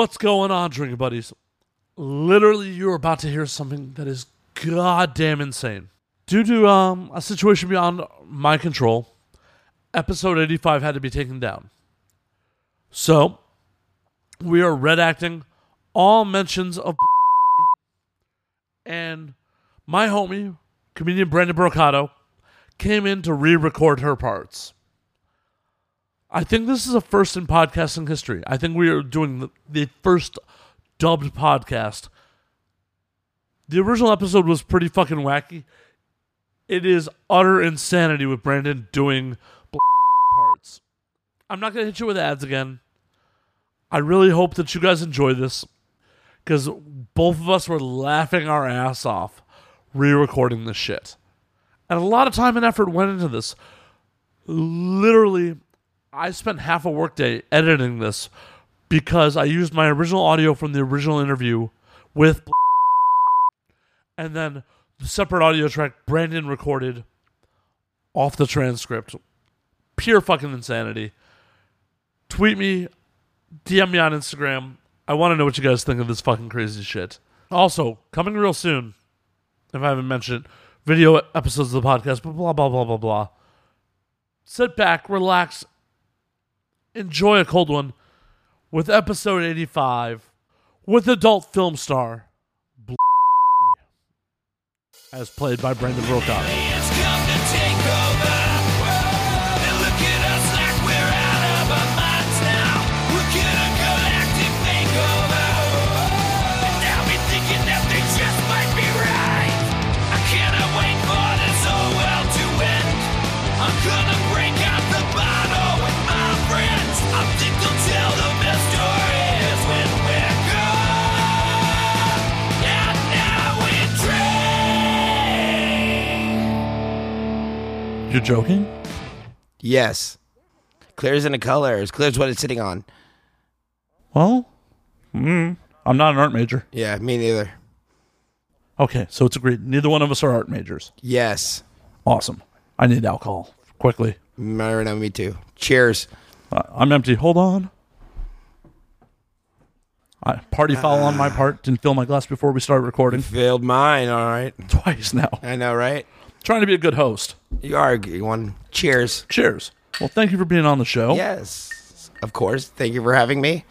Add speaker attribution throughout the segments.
Speaker 1: What's going on, drinking buddies? Literally, you're about to hear something that is goddamn insane. Due to um, a situation beyond my control, episode 85 had to be taken down. So, we are redacting all mentions of and my homie, comedian Brandon Brocato, came in to re record her parts. I think this is a first in podcasting history. I think we are doing the, the first dubbed podcast. The original episode was pretty fucking wacky. It is utter insanity with Brandon doing parts. I'm not going to hit you with ads again. I really hope that you guys enjoy this because both of us were laughing our ass off re recording this shit. And a lot of time and effort went into this. Literally, I spent half a workday editing this because I used my original audio from the original interview with and then the separate audio track Brandon recorded off the transcript. Pure fucking insanity. Tweet me, DM me on Instagram. I want to know what you guys think of this fucking crazy shit. Also, coming real soon, if I haven't mentioned it, video episodes of the podcast, but blah, blah, blah, blah, blah. Sit back, relax, enjoy a cold one with episode 85 with adult film star Bl- as played by Brandon Wilcox.
Speaker 2: Aliens come to take over. They look at us like we're out of our minds now. We're gonna galactic takeover. And now we're thinking that they just might be right. I cannot wait for this whole world to end. I'm gonna break out the bottle with my friends. I think they'll tell the best stories when we're gone. And now we drink.
Speaker 1: You're joking?
Speaker 3: Yes. Clear as in a color, as clear as what it's sitting on.
Speaker 1: Well, mm, I'm not an art major.
Speaker 3: Yeah, me neither.
Speaker 1: Okay, so it's agreed. Neither one of us are art majors.
Speaker 3: Yes.
Speaker 1: Awesome. I need alcohol quickly.
Speaker 3: I don't know, me too. Cheers.
Speaker 1: Uh, I'm empty. Hold on. I, party foul on my part. Didn't fill my glass before we started recording.
Speaker 3: Failed mine, all right.
Speaker 1: Twice now.
Speaker 3: I know, right?
Speaker 1: Trying to be a good host.
Speaker 3: You are a good one. Cheers.
Speaker 1: Cheers. Well, thank you for being on the show.
Speaker 3: Oh. Yes. Of course. Thank you for having me.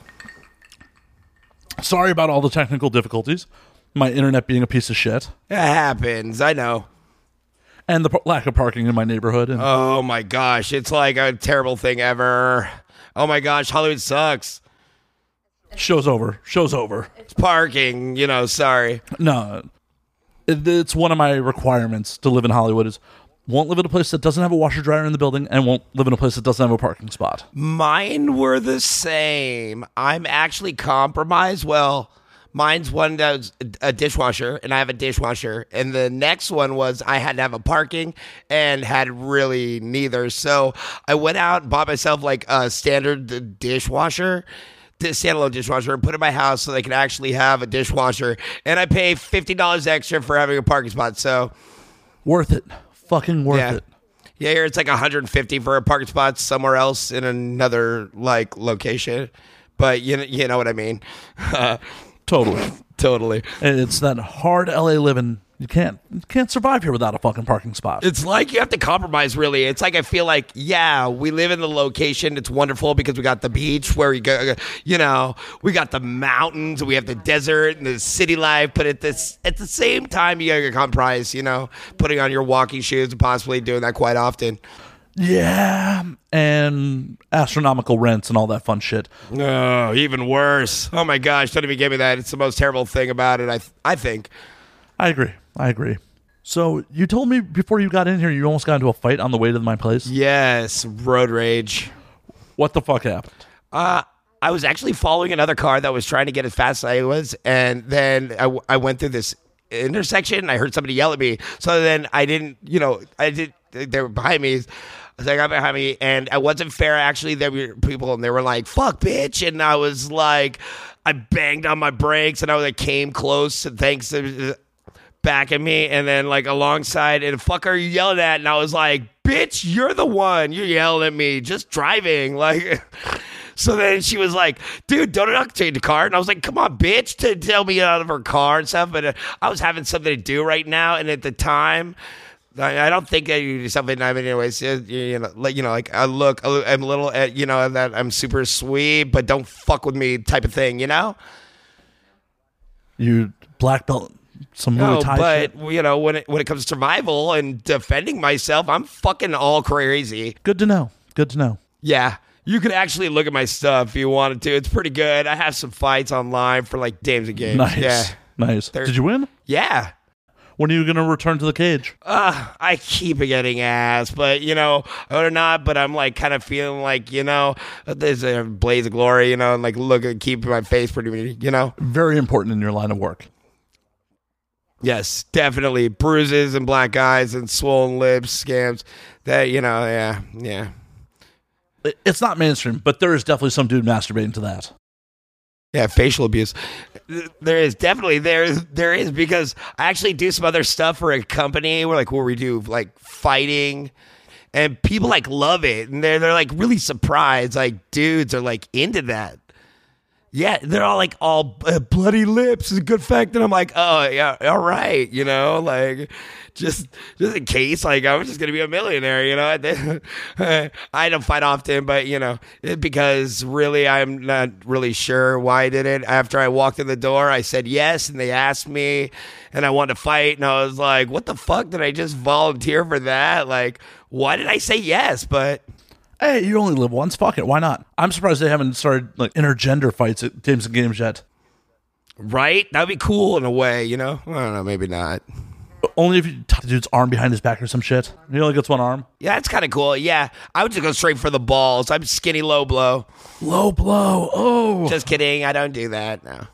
Speaker 1: Sorry about all the technical difficulties. My internet being a piece of shit,
Speaker 3: It happens. I know.
Speaker 1: and the par- lack of parking in my neighborhood, and
Speaker 3: Oh my gosh. It's like a terrible thing ever. Oh my gosh. Hollywood sucks.
Speaker 1: show's over. Show's over.
Speaker 3: It's parking, you know, sorry.
Speaker 1: No, It- it's one of my requirements to live in Hollywood is won't live in a place that doesn't have a washer dryer in the building, and won't live in a place that doesn't have a parking spot.
Speaker 3: Mine were the same. I'm actually compromised. Well, mine's one that was a dishwasher, and I have a dishwasher. And the next one was I had to have a parking and had really neither. So I went out and bought myself like a standard dishwasher. di- Standalone dishwasher and put it in my house so they could actually have a dishwasher, and I pay fifty dollars extra for having a parking spot. So
Speaker 1: Worth it. Fucking worth
Speaker 3: yeah,
Speaker 1: it.
Speaker 3: yeah, here it's like 150 for a parking spot somewhere else in another like location, but you kn- you know what I mean.
Speaker 1: Totally.
Speaker 3: totally,
Speaker 1: It's that hard LA living. You can't you can't survive here without a fucking parking spot.
Speaker 3: it's like you have to compromise. Really, it's like I feel like yeah, we live in the location. It's wonderful because we got the beach where we go. You know, we got the mountains, we have the desert and the city life. But at this at the same time, you gotta compromise. You know, putting on your walking shoes and possibly doing that quite often.
Speaker 1: yeah, and astronomical rents and all that fun shit.
Speaker 3: No, Oh, even worse. Oh my gosh, don't even give me that. It's the most terrible thing about it. I th- I think.
Speaker 1: I agree. I agree. So you told me before you got in here you almost got into a fight on the way to my place.
Speaker 3: Yes, road rage.
Speaker 1: What the fuck happened?
Speaker 3: Uh, I was actually following another car that was trying to get as fast as I was, and then I, w- I went through this intersection. And I heard somebody yell at me, so then I didn't, you know, I did. They were behind me. So I got behind me, and I wasn't fair. Actually, there were people, and they were like, "Fuck, bitch," and I was like, I banged on my brakes, and I was like, came close, and thanks uh, to back at me and then like alongside and fuck are you yelling at and i was like bitch you're the one you're yelling at me just driving like So then she was like, dude, don't I change the car? And I was like, come on, bitch, to tell me out of her car and stuff. But uh, I was having something to do right now. And at the time, I I don't think that you do something. I mean, anyways, you you know, like you know, like I look, I look- I'm a little, uh, you know, that I'm super sweet, but don't fuck with me, type of thing, you know.
Speaker 4: You black belt some Muay
Speaker 3: No,
Speaker 4: Thai
Speaker 3: but
Speaker 4: shit.
Speaker 3: you know, when it when it comes to survival and defending myself, I'm fucking all crazy.
Speaker 4: Good to know. Good to know.
Speaker 3: Yeah. You could actually look at my stuff if you wanted to. It's pretty good. I have some fights online for like games and games.
Speaker 4: Nice.
Speaker 3: Yeah.
Speaker 4: Nice.
Speaker 3: They're-
Speaker 4: Did you win?
Speaker 3: Yeah.
Speaker 4: When are you going to return to the cage?
Speaker 3: Uh, I keep getting ass, but you know, or not, but I'm like kind of feeling like, you know, there's a blaze of glory, you know, and like look at keep my face pretty, you know?
Speaker 4: Very important in your line of work.
Speaker 3: Yes, definitely. Bruises and black eyes and swollen lips, scams. That, you know, yeah, yeah.
Speaker 4: It- It's not mainstream, but there is definitely some dude masturbating to that.
Speaker 3: Yeah, facial abuse. There is definitely there there is because I actually do some other stuff for a company where like where we do like fighting and people like love it and they're they're like really surprised like dudes are like into that. Yeah, they're all like all uh, bloody lips is a good fact and I'm like, "Oh, yeah, all right, you know, like just just in case like I was just going to be a millionaire, you know. I don't fight often, but you know, it- because really I'm not really sure why I did it. After I walked in the door, I said yes and they asked me and I wanted to fight and I was like, "What the fuck did I just volunteer for that? Like, why did I say yes?" But
Speaker 4: Hey, you only live once. Fuck it. Why not? I'm surprised they haven't started like intergender fights at games and games yet.
Speaker 3: right? That'd be cool in a way, you know. I don't know, maybe not.
Speaker 4: Only if you tuck the dude's arm behind his back or some shit. He only gets one arm.
Speaker 3: Yeah, that's kind of cool. Yeah, I would just go straight for the balls. I'm skinny low blow.
Speaker 4: Low blow. Oh.
Speaker 3: Just kidding. I don't do that. No,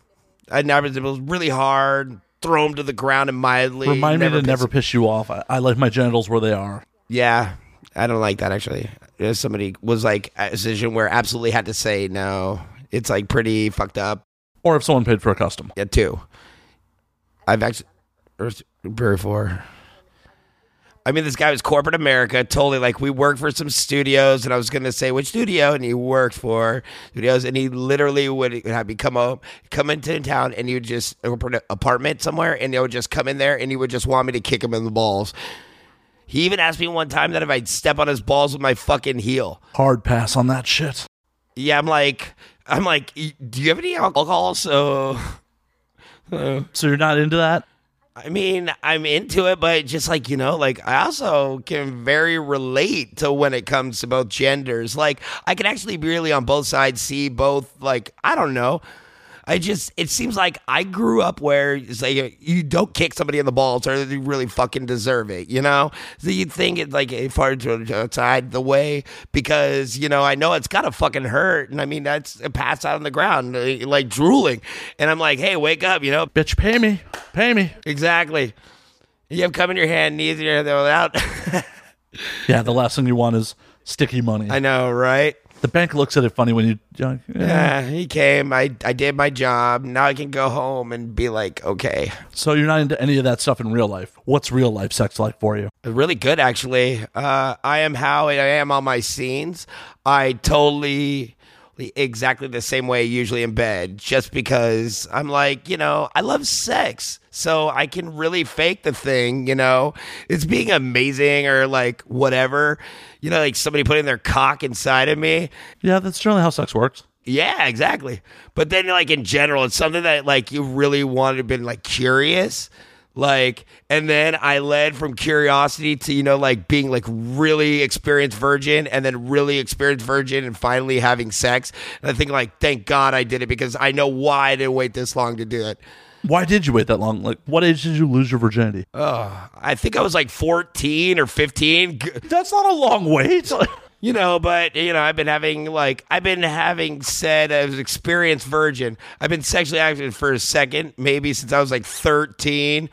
Speaker 3: I never. It was really hard. Throw them to the ground and mildly.
Speaker 4: Remind me to
Speaker 3: piss-
Speaker 4: never piss you off. I, I like my genitals where they are.
Speaker 3: Yeah, I don't like that actually. If somebody was like at a decision where I absolutely had to say no, it's like pretty fucked up.
Speaker 4: Or if someone paid for a custom.
Speaker 3: Yeah, two. I've actually or s- very four. I mean, this guy was corporate America, totally like we worked for some studios, and I was gonna say which studio, and he worked for studios, and he literally would have me come up, come into town, and he would just open an apartment somewhere, and they would just come in there, and he would just want me to kick him in the balls. He even asked me one time that if I'd step on his balls with my fucking heel.
Speaker 4: Hard pass on that shit.
Speaker 3: Yeah, I'm like, I'm like, "E- do you have any alcohol? So.
Speaker 4: So you're not into that?
Speaker 3: I mean, I'm into it, but just like, you know, like I also can very relate to when it comes to both genders. Like, I can actually be really on both sides, see both, like, I don't know. I just, it seems like I grew up where it's like you don't kick somebody in the balls or they really fucking deserve it, you know? So you think it's like it far to to outside the way because, you know, I know it's gotta fucking hurt. And I mean, that's a pass out on the ground, uh, like drooling. And I'm like, hey, wake up, you know?
Speaker 4: Bitch, pay me. Pay me.
Speaker 3: Exactly. You have cum in your hand, knees in your hand, they're out.
Speaker 4: Yeah, the last thing you want is sticky money.
Speaker 3: I know, right?
Speaker 4: the bank looks at it funny when you. Yeah,
Speaker 3: Yeah, Uh, he came. I, I did my job. Now I can go home and be like, okay.
Speaker 4: So you're not into any of that stuff in real life. What's real life sex like for you?
Speaker 3: Really good, actually. Uh, I am how I am on my scenes. I totally exactly the same way usually in bed just because I'm like, you know, I love sex. So I can really fake the thing, you know. It's being amazing or like whatever. You know, like somebody putting their cock inside of me.
Speaker 4: Yeah, that's generally how sex works.
Speaker 3: Yeah, exactly. But then, like in general, it's something that like you really wanted to been like curious, like, and then I led from curiosity to you know like being like really experienced virgin, and then really experienced virgin, and finally having sex. And I think like thank God I did it because I know why I didn't wait this long to do it.
Speaker 4: Why did you wait that long? Like, what age did you lose your virginity?
Speaker 3: I think I was like fourteen or fifteen. G-
Speaker 4: that's not a long wait.
Speaker 3: You know, but you know, I've been having like I've been having said as an experienced virgin. I've been sexually active for a second, maybe since I was like 13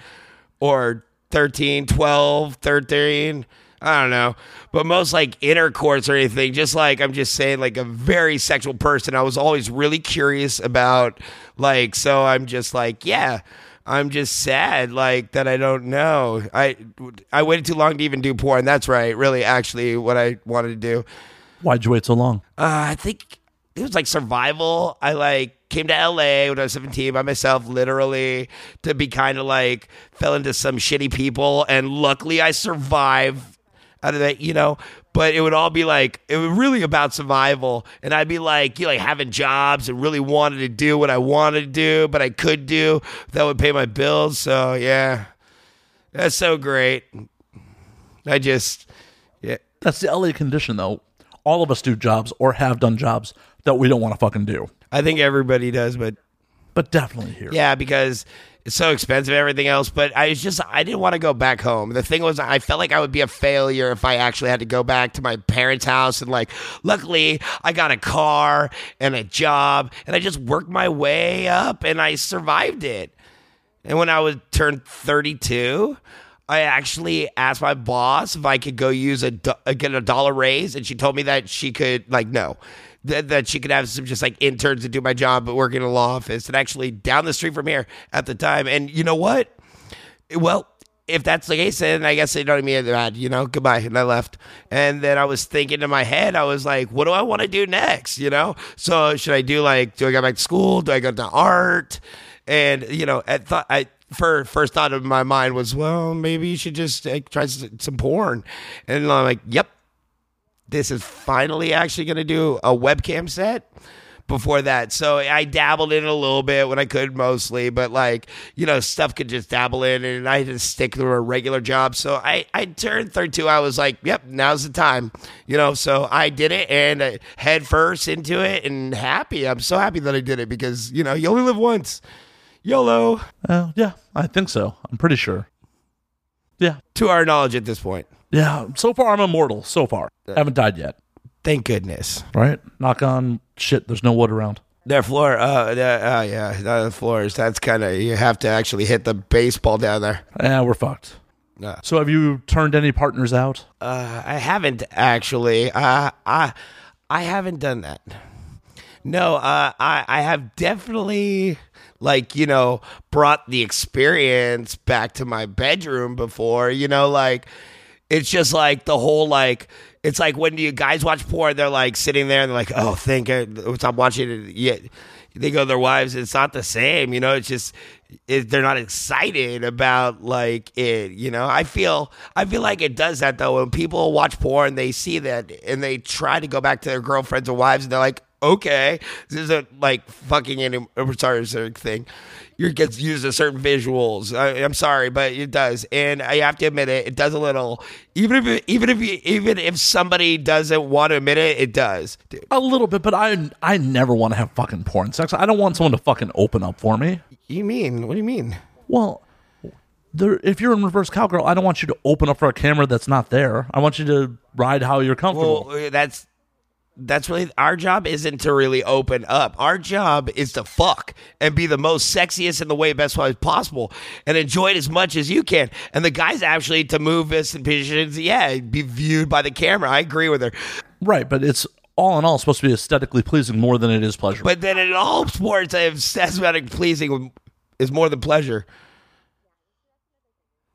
Speaker 3: or 13, 12, 13. I don't know. But most like intercourse or anything, just like I'm just saying like a very sexual person. I was always really curious about like so I'm just like, yeah, I'm just sad, like that I don't know. I I waited too long to even do porn. That's right. Really, actually, what I wanted to do.
Speaker 4: Why'd you wait so long?
Speaker 3: Uh, I think it was like survival. I like came to LA when I was 17 by myself, literally, to be kind of like fell into some shitty people. And luckily I survived out of that, you know. But it would all be like it was really about survival. And I'd be like, you know, like having jobs and really wanted to do what I wanted to do, but I could do that would pay my bills. So yeah. That's so great. I just yeah.
Speaker 4: That's the LA condition, though. All of us do jobs or have done jobs that we don't want to fucking do,
Speaker 3: I think everybody does, but
Speaker 4: but definitely here.
Speaker 3: Yeah, because it's so expensive, everything else. But I was just, I didn't want to go back home. The thing was, I felt like I would be a failure if I actually had to go back to my parents' house. And like, luckily, I got a car and a job, and I just worked my way up and I survived it. And when I was turned 32, I actually asked my boss if I could go use a do- uh, get a dollar raise, and she told me that she could like no, that, that she could have some just like interns to do my job, but work in a law office, and actually down the street from here at the time. And you know what? Well, if that's the case, then I guess they don't mean that, you know, goodbye. And I left. And then I was thinking in my head, I was like, what do I want to do next? You know? So should I do like, do I go back to school? Do I go to art? And, you know, I thought I, for first thought of my mind was, well, maybe you should just like, try s- some porn. And I'm like, yep, this is finally actually going to do a webcam set before that. So I dabbled in it a little bit when I could mostly, but like, you know, stuff could just dabble in and I had to stick to a regular job. So I, I turned 32. I was like, yep, now's the time, you know, so I did it and I head first into it and happy. I'm so happy that I did it because, you know, you only live once. YOLO
Speaker 4: Uh, yeah, I think so. I'm pretty sure. Yeah,
Speaker 3: to our knowledge at this point.
Speaker 4: yeah. So far, I'm immortal. So far, haven't died yet.
Speaker 3: Thank goodness.
Speaker 4: Right? Knock on shit. There's no wood around.
Speaker 3: Their floor, uh, the- uh yeah, the floors. That's kind of you have to actually hit the baseball down there.
Speaker 4: Yeah, we're fucked.
Speaker 3: Yeah.
Speaker 4: So, have you turned any partners out?
Speaker 3: Uh, I haven't actually. Uh, I I haven't done that. No, uh, I I have definitely like you know brought the experience back to my bedroom before. You know, like it's just like the whole like it's like when you guys watch porn, they're like sitting there and they're like, oh, thank God, I'm watching it yet. They go to their wives. It's not the same, you know. It's just it, they're not excited about like it, you know. I feel I feel like it does that though. When people watch porn, they see that and they try to go back to their girlfriends or wives, and they're like, okay, this isn't like fucking any or sorry, sorry thing. You gets used to certain visuals. I, I'm sorry, but it does, and I have to admit it. It does a little, even if it- even if you, even if somebody doesn't want to admit it, it does. Dude,
Speaker 4: A little bit, but I I never want to have fucking porn sex. I don't want someone to fucking open up for me.
Speaker 3: you mean? What do you mean?
Speaker 4: Well, there, if you're in reverse cowgirl, I don't want you to open up for a camera that's not there. I want you to ride how you're comfortable.
Speaker 3: Well, that's that's really our job isn't to really open up. Our job is to fuck and be the most sexiest in the way best way possible and enjoy it as much as you can. And the guys actually to move us in positions, yeah, be viewed by the camera. I agree with her.
Speaker 4: right, but it's all in all supposed to be aesthetically pleasing more than it is pleasurable.
Speaker 3: But then in all sports, I obsessed about it pleasing is more than pleasure.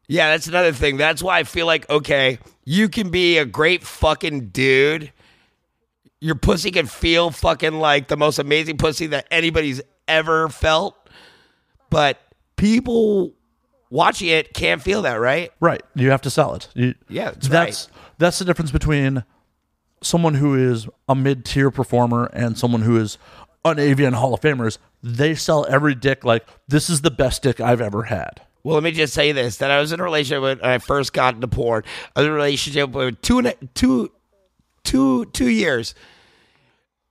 Speaker 3: Yeah, that's another thing. That's why I feel like okay, you can be a great fucking dude. Your pussy can feel fucking like the most amazing pussy that anybody's ever felt, but people watching it can't feel that, right?
Speaker 4: right, you have to sell it. You-
Speaker 3: Yeah, that's
Speaker 4: that's that's the difference between someone who is a mid-tier performer and someone who is an avian hall of famers they sell every dick like this is the best dick i've ever had
Speaker 3: Well, let me just say this: that I was in a relationship when I first got into porn. I was in a relationship with two and a, two, two, two years,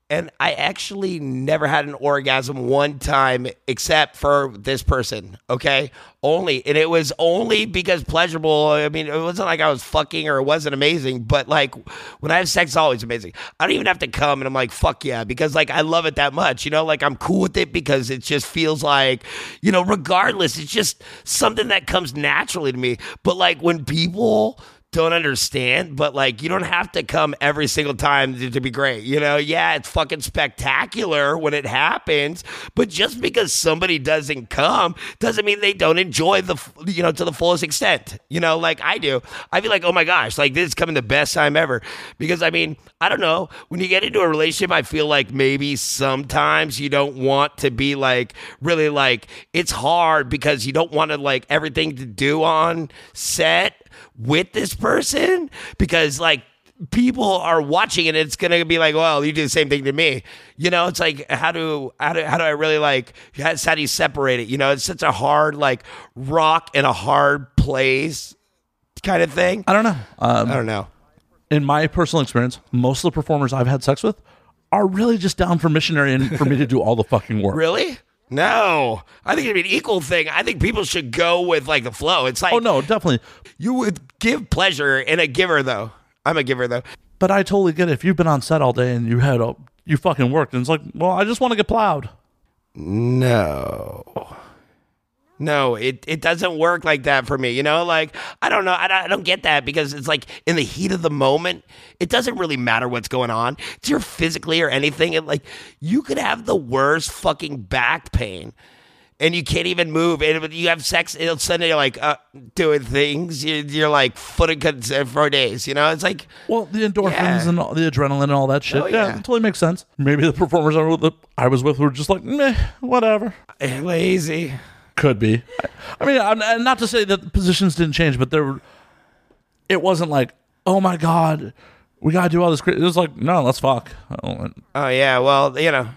Speaker 3: and I actually never had an orgasm one time except for this person. Okay, only, and it was only because pleasurable. I mean, it wasn't like I was fucking or it wasn't amazing, but like when I have sex, it's always amazing. I don't even have to come, and I'm like, fuck yeah, because like I love it that much. You know, like I'm cool with it because it just feels like, you know, regardless, it's just something that comes naturally to me. But like when people don't understand, but like you don't have to come every single time to, to be great. You know, yeah, it's fucking spectacular when it happens, but just because somebody doesn't come doesn't mean they don't enjoy the f- you know to the fullest extent. You know, like I do. I feel like, oh my gosh, like this is coming the best time ever because I mean, I don't know. When you get into a relationship, I feel like maybe sometimes you don't want to be like really like it's hard because you don't want to like everything to do on set with this person because like people are watching and it's gonna be like well you do the same thing to me you know it's like how do how do, how do i really like how, how do you separate it you know it's such a hard like rock and a hard place kind of thing
Speaker 1: I don't know. Um,
Speaker 3: i don't know
Speaker 1: in my personal experience, most of the performers I've had sex with are really just down for missionary and for me to do all the fucking work.
Speaker 3: really no i think it'd be an equal thing i think people should go with like the flow it's like
Speaker 1: Oh no, definitely.
Speaker 3: you would give pleasure in a giver though i'm a giver though
Speaker 1: But I totally get it. If you've been on set all day and you had a you fucking worked, and it's like, well, I just want to get plowed.
Speaker 3: No. No, it, it doesn't work like that for me. You know, like, I don't know. I don't, I don't get that because it's like in the heat of the moment, it doesn't really matter what's going on. It's your physically or anything. And like, you could have the worst fucking back pain and you can't even move. And when you have sex, it'll suddenly you're like uh, doing things. You, you're like foot and cons- for days. You know, it's like,
Speaker 1: Well, the endorphins
Speaker 3: Yeah.
Speaker 1: and all, the adrenaline and all that shit.
Speaker 3: Oh,
Speaker 1: yeah.
Speaker 3: yeah.
Speaker 1: it totally makes sense. Maybe the performers I was with, I was with were just like, meh, whatever.
Speaker 3: eh, lazy.
Speaker 1: Could be. I, I mean, I'm, and not to say that the positions didn't change, but there, were- it wasn't like, oh my god, we gotta do all this. Cra-. It was like, no, let's fuck. Oh,
Speaker 3: Oh yeah, well, you know.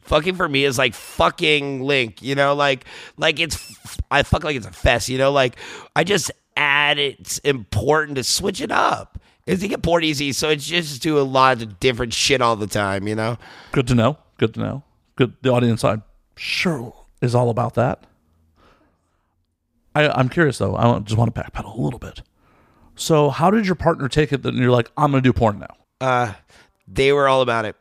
Speaker 3: Fucking for me is like fucking Link, you know, like like it's I fuck like it's a fest, you know, like I just add it's important to switch it up. Is you get bored easy, so it's just do a lot of different shit all the time, you know.
Speaker 1: Good to know. Good to know. Good. The audience, I'm sure, is all about that. I, I'm curious though. I want- just want to backpedal a little bit. So, how did your partner take it? That you're like, I'm gonna do porn now.
Speaker 3: Uh, they were all about it.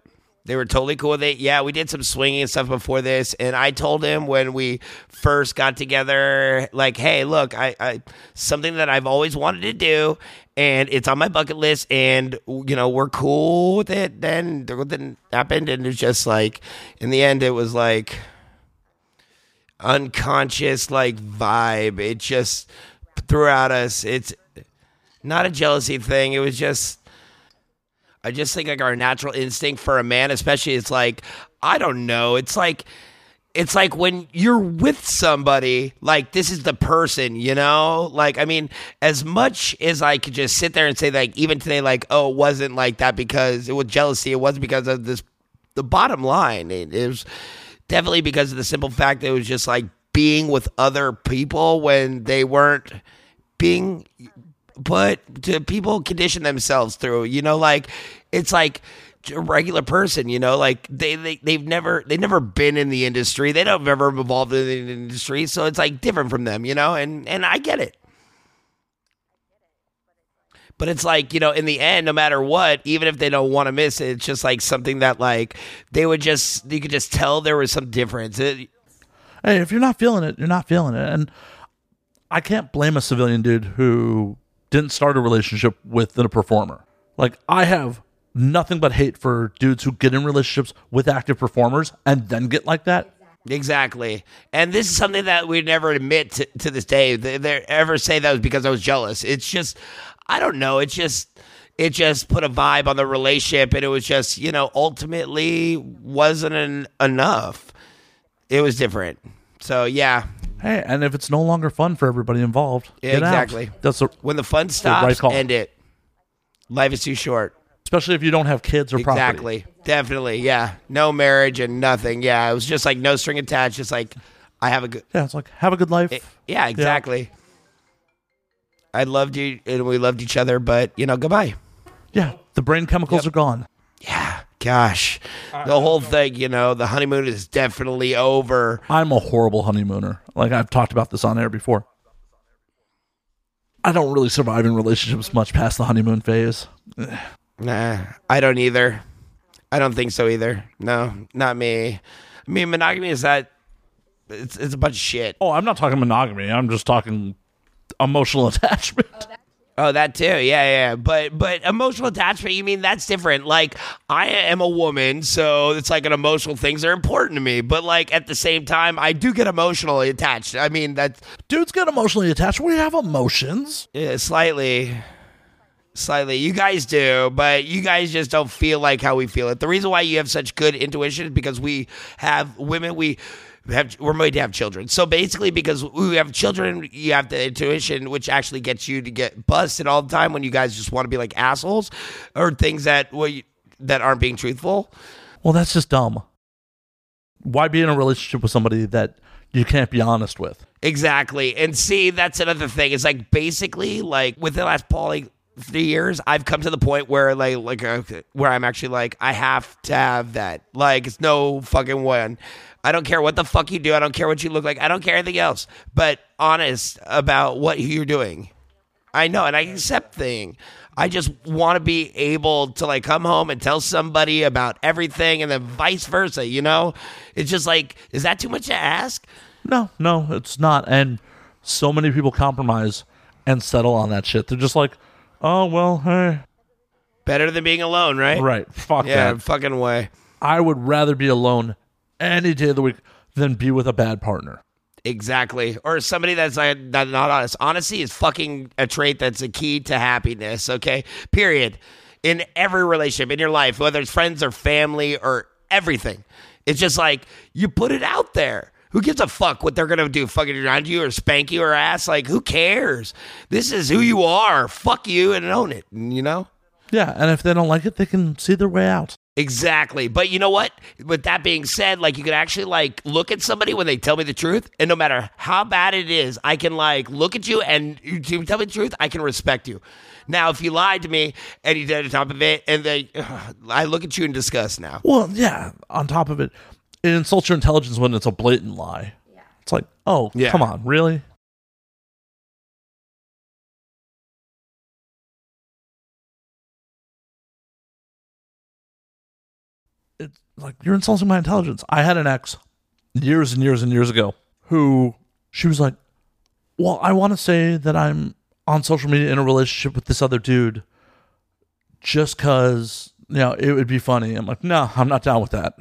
Speaker 3: They were totally cool with it. Yeah, we did some swinging and stuff before this, and I told him when we first got together, like, "Hey, look, I, I something that I've always wanted to do, and it's on my bucket list, and you know, we're cool with it." Then then happened, and it's just like, in the end, it was like unconscious like vibe. It just throughout us. It's not a jealousy thing. It was just I just think like our natural instinct for a man, especially, it's like I don't know. It's like it's like when you're with somebody, like this is the person, you know. Like I mean, as much as I could just sit there and say, like even today, like oh, it wasn't like that because it was jealousy. It wasn't because of this. The bottom line, it, it was definitely because of the simple fact that it was just like being with other people when they weren't being but to people condition themselves through you know like it's like a regular person you know like they, they they've never they've never been in the industry they don't ever evolved in the industry so it's like different from them you know and and i get it but it's like you know in the end no matter what even if they don't want to miss it it's just like something that like they would just you could just tell there was some difference it,
Speaker 1: Hey, if you're not feeling it, you're not feeling it. And I can't blame a civilian dude who didn't start a relationship with a performer. Like I have nothing but hate for dudes who get in relationships with active performers and then get like that.
Speaker 3: Exactly. And this is something that we never admit to, to this day. They, they ever say that was because I was jealous. It's just, I don't know. It's just, it just put a vibe on the relationship and it was just, you know, ultimately wasn't en- enough. It was different. So, yeah,
Speaker 1: Hey, and if it's no longer fun for everybody involved,
Speaker 3: Yeah,
Speaker 1: get out.
Speaker 3: exactly.
Speaker 1: That's a,
Speaker 3: when the fun stops,
Speaker 1: call.
Speaker 3: end it. Life is too short.
Speaker 1: especially if you don't have kids or property.
Speaker 3: Exactly. Definitely. Yeah. No marriage and nothing. Yeah. It was just like no string attached. Just like, I have a good,
Speaker 1: Yeah, it's like have a good life.
Speaker 3: Yeah, exactly. I loved you and we loved each other, but you know, goodbye.
Speaker 1: Yeah, the brain chemicals are gone.
Speaker 3: Yeah. Gosh. The whole thing, you know, the honeymoon is definitely over.
Speaker 1: I'm a horrible honeymooner. Like I've talked about this on air before. I don't really survive in relationships much past the honeymoon phase.
Speaker 3: Nah. I don't either. I don't think so either. No, not me. I mean monogamy is that it's it's a bunch of shit.
Speaker 1: Oh, I'm not talking monogamy. I'm just talking emotional attachment.
Speaker 3: Oh, that too. Yeah, yeah. But but emotional attachment, you mean that's different. Like I am a woman, so it's like an emotional things are important to me. But like at the same time, I do get emotionally attached. I mean that's
Speaker 5: Dudes get emotionally attached. We have emotions.
Speaker 3: yeah, slightly slightly you guys do but you guys just don't feel like how we feel it the reason why you have such good intuition is because we have women we have we're made to have children so basically because we have children you have the intuition which actually gets you to get busted all the time when you guys just want to be like assholes or things that well, you, that aren't being truthful
Speaker 5: Well, that's just dumb.
Speaker 1: Why be in a relationship with somebody that you can't be honest with?
Speaker 3: Exactly. And see, that's another thing. It's like basically like within the last probably three years, I've come to the point where like like uh, where I'm actually like I have to have that. Like it's no fucking one. I don't care what the fuck you do. I don't care what you look like. I don't care anything else. But honest about what you're doing. I know, and I accept thing. I just want to be able to like come home and tell somebody about everything, and then vice versa. You know, it's just like, is that too much to ask?
Speaker 1: No, no, it's not. And so many people compromise and settle on that shit. They're just like, oh, well, hey.
Speaker 3: Better than being alone, right?
Speaker 1: Right. Fuck
Speaker 3: Yeah,
Speaker 1: that.
Speaker 3: fucking way.
Speaker 1: I would rather be alone any day of the week than be with a bad partner.
Speaker 3: Exactly. Or somebody that's like that not honest. Honesty is fucking a trait that's a key to happiness, okay? Period. In every relationship in your life, whether it's friends or family or everything. It's just like you put it out there. Who gives a fuck what they're gonna do? Fucking around you or spank you or ass? Like who cares? This is who you are. Fuck you and own it. You know?
Speaker 1: Yeah, and if they don't like it, they can see their way out.
Speaker 3: Exactly. But you know what? With that being said, like you can actually like look at somebody when they tell me the truth, and no matter how bad it is, I can like look at you and you you tell me the truth, I can respect you. Now, if you lied to me and you did on top of it, and they, I look at you in disgust now.
Speaker 1: Well, yeah, on top of it, it insults your intelligence when it's a blatant lie. Yeah. It's like, oh,
Speaker 3: Yeah.
Speaker 1: come on, really? It's like you're insulting my intelligence. I had an ex years and years and years ago who she was like, Well, I want to say that I'm on social media in a relationship with this other dude just because, you know, it would be funny. I'm like, No, I'm not down with that.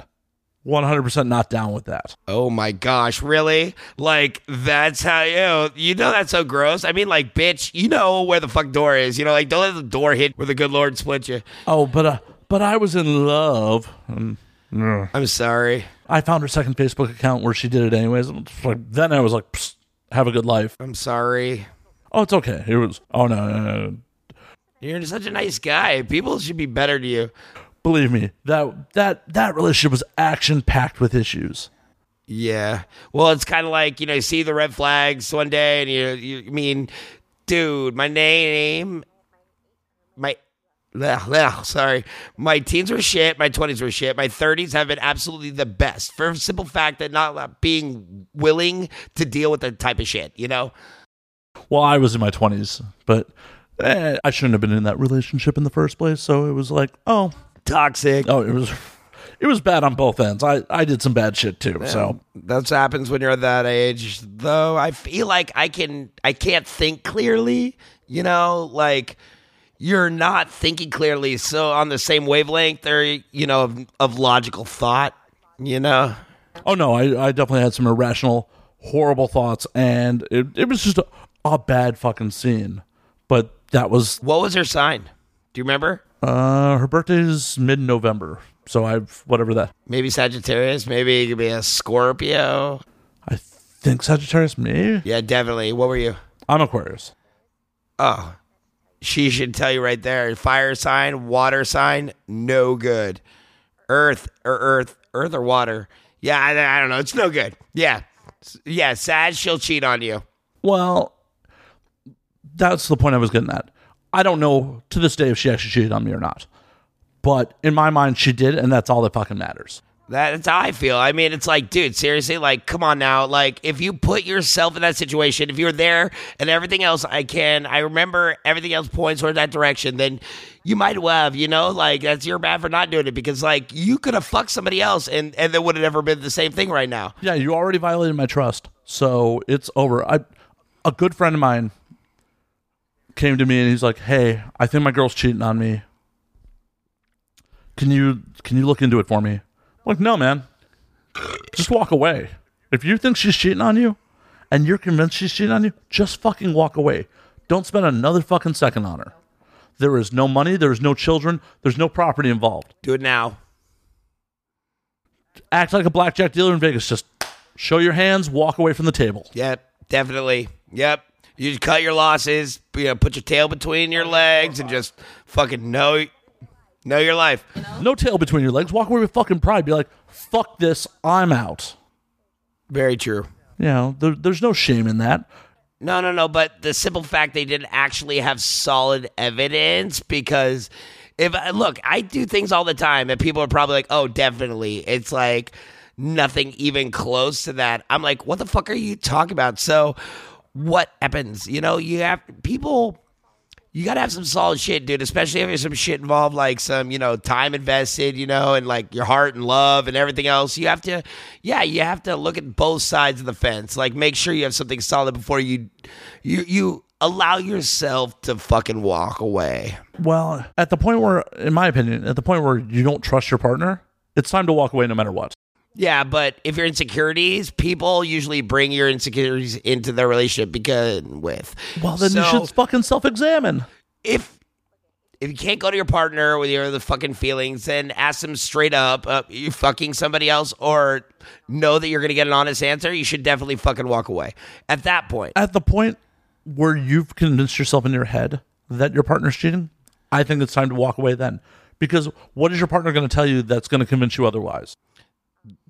Speaker 1: 100% not down with that.
Speaker 3: Oh my gosh, really? Like that's how you know, you know that's so gross. I mean, like, bitch, you know where the fuck door is. You know, like don't let the door hit where the good Lord split you.
Speaker 1: Oh, but uh, but I was in love. Um,
Speaker 3: I'm sorry.
Speaker 1: I found her second Facebook account where she did it anyways. I'm just like, then I was like, Psst, have a good life.
Speaker 3: I'm sorry.
Speaker 1: Oh, it's okay. It was. Oh no, no, no, no.
Speaker 3: You're such a nice guy. People should be better to you.
Speaker 1: Believe me, that that that relationship was action packed with issues.
Speaker 3: Yeah. Well, it's kind of like you know, you see the red flags one day, and you you I mean, dude, my name, my. Ugh, ugh, sorry. My teens were shit. My 20s were shit. My 30s have been absolutely the best for the simple fact that not uh, being willing to deal with that type of shit, you know?
Speaker 1: Well, I was in my twenties, but eh, I shouldn't have been in that relationship in the first place. So it was like, oh,
Speaker 3: Toxic.
Speaker 1: oh, it was, it was bad on both ends. I I did some bad shit too. So
Speaker 3: That's what happens when you're that age. Though I feel like I can I can't think clearly, you know, like you're not thinking clearly so on the same wavelength or you know of, of logical thought, you know.
Speaker 1: Oh no, I, I definitely had some irrational, horrible thoughts, and it, it was just a, a bad fucking scene. But that was
Speaker 3: What was her sign? Do you remember?
Speaker 1: uh, her birthday is mid November, so I've whatever that.
Speaker 3: Maybe Sagittarius, maybe it could be a Scorpio.
Speaker 1: I think Sagittarius, me.
Speaker 3: Yeah, definitely. What were you?
Speaker 1: I'm Aquarius.
Speaker 3: Oh. She should tell you right there. Fire sign, water sign, no good. Earth or earth, earth or water. Yeah, I, I don't know. It's no good. Yeah. S- Yeah, sad, she'll cheat on you.
Speaker 1: Well, that's the point I was getting at. I don't know to this day if she actually cheated on me or not, but in my mind she did, and that's all that fucking matters.
Speaker 3: That- That's how I feel. I mean, it's like, dude, seriously, like, come on now. Like, if you put yourself in that situation, if you're there and everything else I can, I remember everything else points toward that direction, then you might well have, you know, like, that's your bad for not doing it because, like, you could have fucked somebody else and, and there would have never been the same thing right now.
Speaker 1: Yeah, you already violated my trust, so it's over. I, a good friend of mine, came to me and he's like, "Hey, I think my girl's cheating on me. Can you can you look into it for me?" I'm like, "No, man. Just walk away. If you think she's cheating on you and you're convinced she's cheating on you, just fucking walk away. Don't spend another fucking second on her. There is no money, there's no children, there's no property involved.
Speaker 3: Do it now.
Speaker 1: Act like a blackjack dealer in Vegas. Just show your hands, walk away from the table."
Speaker 3: Yep, definitely. Yep. You just cut your losses, you know, put your tail between your legs and just fucking know know your life.
Speaker 1: No tail between your legs. Walk away with fucking pride. Be like, "Fuck this. I'm out."
Speaker 3: Very true.
Speaker 1: You know, there, there's no shame in that.
Speaker 3: No, no, no. But the simple fact they didn't actually have solid evidence because if I look, I do things all the time and people are probably like, oh, definitely. It's like nothing even close to that. I'm like, what the fuck are you talking about? So what happens? You know, you have people. You gotta have some solid shit, dude. Especially if there's some shit involved, like some you know time invested, you know, and like your heart and love and everything else. You have to, yeah, you have to look at both sides of the fence. Like make sure you have something solid before you, you you allow yourself to fucking walk away.
Speaker 1: Well, at the point where, in my opinion, at the point where you don't trust your partner, it's time to walk away no matter what.
Speaker 3: Yeah, but if your insecurities, people usually bring your insecurities into their relationship because with.
Speaker 1: Well, then you
Speaker 3: So-
Speaker 1: should fucking self examine.
Speaker 3: if if you can't go to your partner with your the fucking feelings, then ask them straight up, uh, you fucking somebody else, or know that you're gonna get an honest answer. You should definitely fucking walk away at that point.
Speaker 1: At the point where you've convinced yourself in your head that your partner's cheating, I think it's time to walk away then. Because what is your partner going to tell you that's going to convince you otherwise?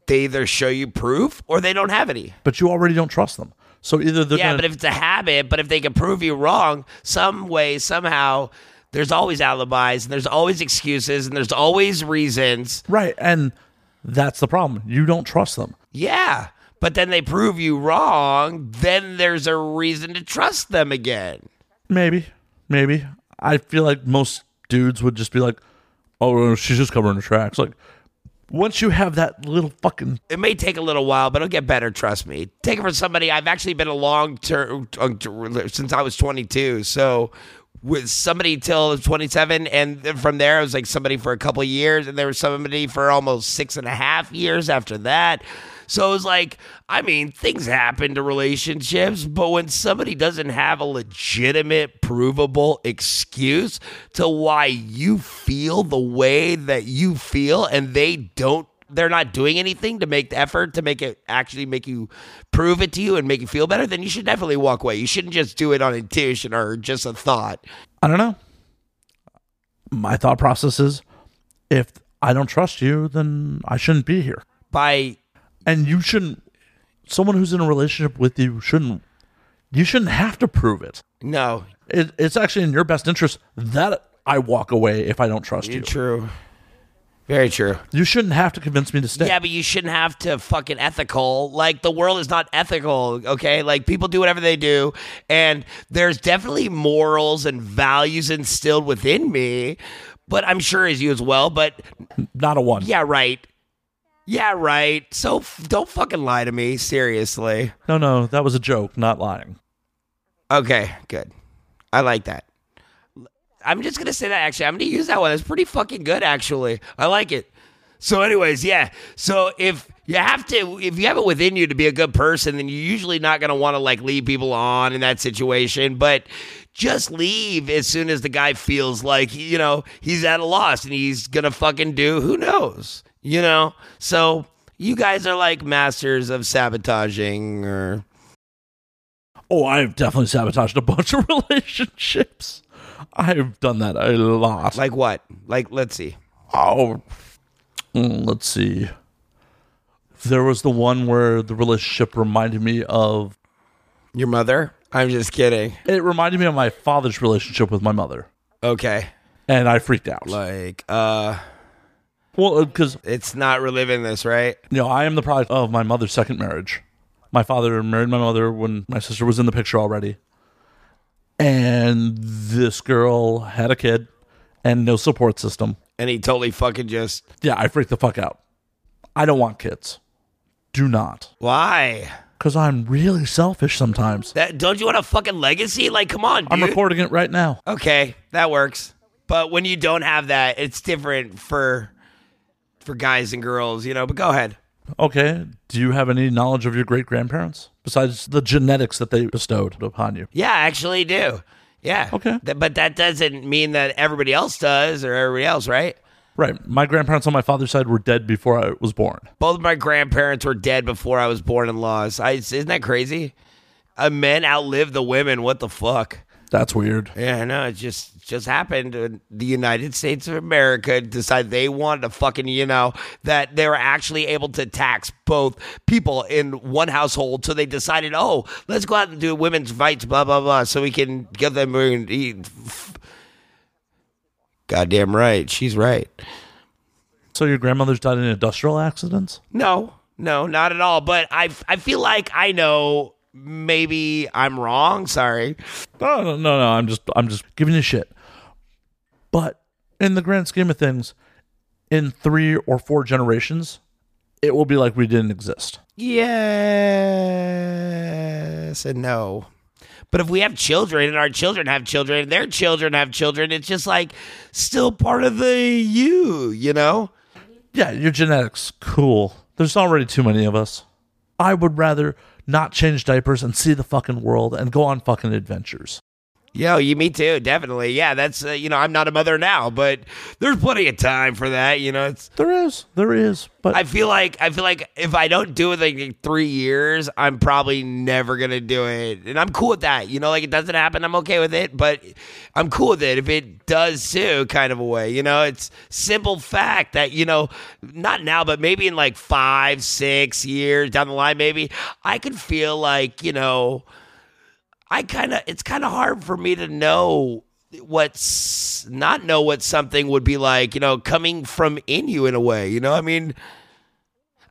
Speaker 3: They either show you proof or they don't have any.
Speaker 1: But you already don't trust them. So either they're
Speaker 3: Yeah,
Speaker 1: gonna,
Speaker 3: but if it's a habit, but if they can prove you wrong some way, somehow, there's always alibis and there's always excuses and there's always reasons.
Speaker 1: right, and that's the problem. You don't trust them.
Speaker 3: Yeah. But then they prove you wrong, then there's a reason to trust them again.
Speaker 1: Maybe, maybe. I feel like most dudes would just be like, "Oh, she's just covering her tracks." Like, once you have that little fucking
Speaker 3: It may take a little while, but it'll get better. Trust me. Take it from somebody. I've actually been a long term since I was 22. So with somebody till 27, and then from there, I was like somebody for a couple of years, and there was somebody for almost six and a half years after that. So it was like, I mean, things happen to relationships, but when somebody doesn't have a legitimate, provable excuse to why you feel the way that you feel, and they don't they're not doing anything to make the effort to make it actually make you prove it to you and make you feel better, then you should definitely walk away. You shouldn't just do it on intuition or just a thought.
Speaker 1: I don't know. My thought process is, if I don't trust you, then I shouldn't be here,
Speaker 3: By
Speaker 1: and you shouldn't. Someone who's in a relationship with you shouldn't. You shouldn't have to prove it.
Speaker 3: no,
Speaker 1: it it's actually in your best interest that I walk away if I don't trust you.
Speaker 3: true. Very true.
Speaker 1: You shouldn't have to convince me to stay.
Speaker 3: Yeah, but you shouldn't have to fucking ethical. Like the world is not ethical, okay? Like people do whatever they do, and there's definitely morals and values instilled within me, but I'm sure as you as well, but
Speaker 1: Not a one.
Speaker 3: yeah, right. Yeah, right. So f- don't fucking lie to me, seriously.
Speaker 1: No, no, that was a joke. Not lying.
Speaker 3: Okay, good. I like that. I'm just gonna say that actually. I'm gonna use that one. It's pretty fucking good actually. I like it. So, anyways, yeah. So if you have to, if you have it within you to be a good person, then you're usually not gonna want to like lead people on in that situation. But just leave as soon as the guy feels like you know he's at a loss and he's gonna fucking do who knows, you know. So you guys are like masters of sabotaging or
Speaker 1: Oh, I've definitely sabotaged a bunch of relationships. I've done that a lot.
Speaker 3: like what? Like let's see.
Speaker 1: oh, mm, let's see. There was the one where the relationship reminded me of.
Speaker 3: Your mother? I'm just kidding.
Speaker 1: It reminded me of my father's relationship with my mother,
Speaker 3: Okay.
Speaker 1: and I freaked out.
Speaker 3: Like, uh,
Speaker 1: Well, because
Speaker 3: it's not reliving this, right?
Speaker 1: you know, I am the product of my mother's second marriage. My father married my mother when my sister was in the picture already. And this girl had a kid and no support system.
Speaker 3: And he totally fucking just.
Speaker 1: Yeah, I freaked the fuck out. I don't want kids. Do not.
Speaker 3: Why?
Speaker 1: Because I'm really selfish sometimes.
Speaker 3: That, don't you want a fucking legacy? Like, come on, dude.
Speaker 1: I'm recording it right now.
Speaker 3: Okay, that works. But when you don't have that, it's different for for guys and girls, you know. But go ahead.
Speaker 1: Okay. Do you have any knowledge of your great grandparents besides the genetics that they bestowed upon you?
Speaker 3: Yeah, I actually do. Yeah.
Speaker 1: Okay.
Speaker 3: Th- but that doesn't mean that everybody else does or everybody else, right?
Speaker 1: Right. My grandparents on my father's side were dead before I was born.
Speaker 3: Both of my grandparents were dead before I was born and lost. I, isn't that crazy? Uh, men outlive the women. What the fuck?
Speaker 1: That's weird.
Speaker 3: Yeah, I know. It just just happened. And The United States of America decided they wanted to fucking you know that they were actually able to tax both people in one household. So they decided, oh, let's go out and do women's fights, blah blah blah, so we can get them. and eat. Goddamn right, she's right.
Speaker 1: So your grandmother's died in industrial accidents?
Speaker 3: No, no, not at all. But I I feel like I know. Maybe I'm wrong. Sorry.
Speaker 1: No, no, no, no. I'm just, I'm just giving you shit. But in the grand scheme of things, in three or four generations, it will be like we didn't exist.
Speaker 3: Yes and no. But if we have children and our children have children and their children have children, it's just like still part of the you, you know?
Speaker 1: Yeah, your genetics, cool. There's already too many of us. I would rather not change diapers and see the fucking world and go on fucking adventures.
Speaker 3: Yo, you, me too, definitely. Yeah, that's, uh, you know, I'm not a mother now, but there's plenty of time for that, you know? It's,
Speaker 1: There is, there is, but
Speaker 3: I feel like, I feel like if I don't do it like in three years, I'm probably never going to do it. And I'm cool with that, you know? Like it doesn't happen, I'm okay with it, but I'm cool with it if it does too, kind of a way, you know? It's simple fact that, you know, not now, but maybe in like five, six years down the line, maybe I could feel like, you know, I kind of it's kind of hard for me to know what's not know what something would be like, you know, coming from in you in a way, you know? I mean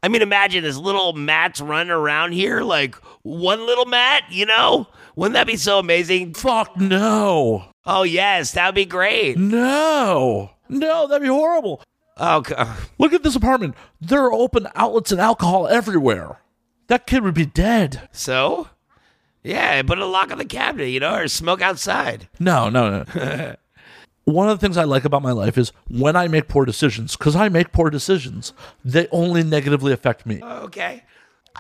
Speaker 3: I mean imagine this little Matt's running around here like one little Matt, you know? Wouldn't that be so amazing?
Speaker 1: fuck no,
Speaker 3: Oh yes, that would be great.
Speaker 1: no, no, that'd be horrible.
Speaker 3: Oh c-
Speaker 1: Look at this apartment. There are open outlets and alcohol everywhere. That kid would be dead.
Speaker 3: so yeah, put a lock on the cabinet, you know, or smoke outside.
Speaker 1: No, no, no. One of the things I like about my life is when I make poor decisions, because I make poor decisions, they only negatively affect me.
Speaker 3: Okay.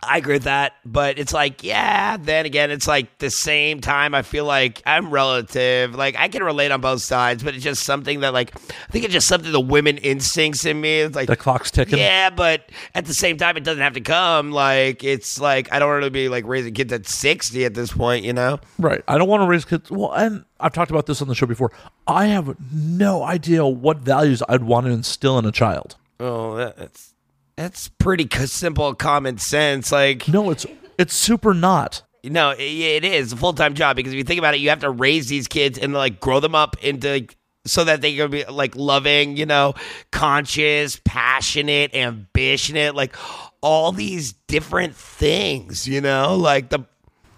Speaker 3: I agree with that, but it's like, yeah, then again, it's like the same time I feel like I'm relative. Like I can relate on both sides, but it's just something that like I think it's just something the women instincts in me. It's like
Speaker 1: The clock's ticking.
Speaker 3: yeah, but at the same time it doesn't have to come. Like it's like I don't want to be like raising kids at sixty at this point, you know?
Speaker 1: Right. I don't want to raise kids. Well, and I've talked about this on the show before. I have no idea what values I'd want to instill in a child.
Speaker 3: Oh, that- that's that's pretty c- simple common sense. Like
Speaker 1: No, it's it's super not.
Speaker 3: No, it, it is a full time job because if you think about it, you have to raise these kids and like grow them up into like, so that they can be like loving, you know, conscious, passionate, ambitionate, like all these different things, you know, like the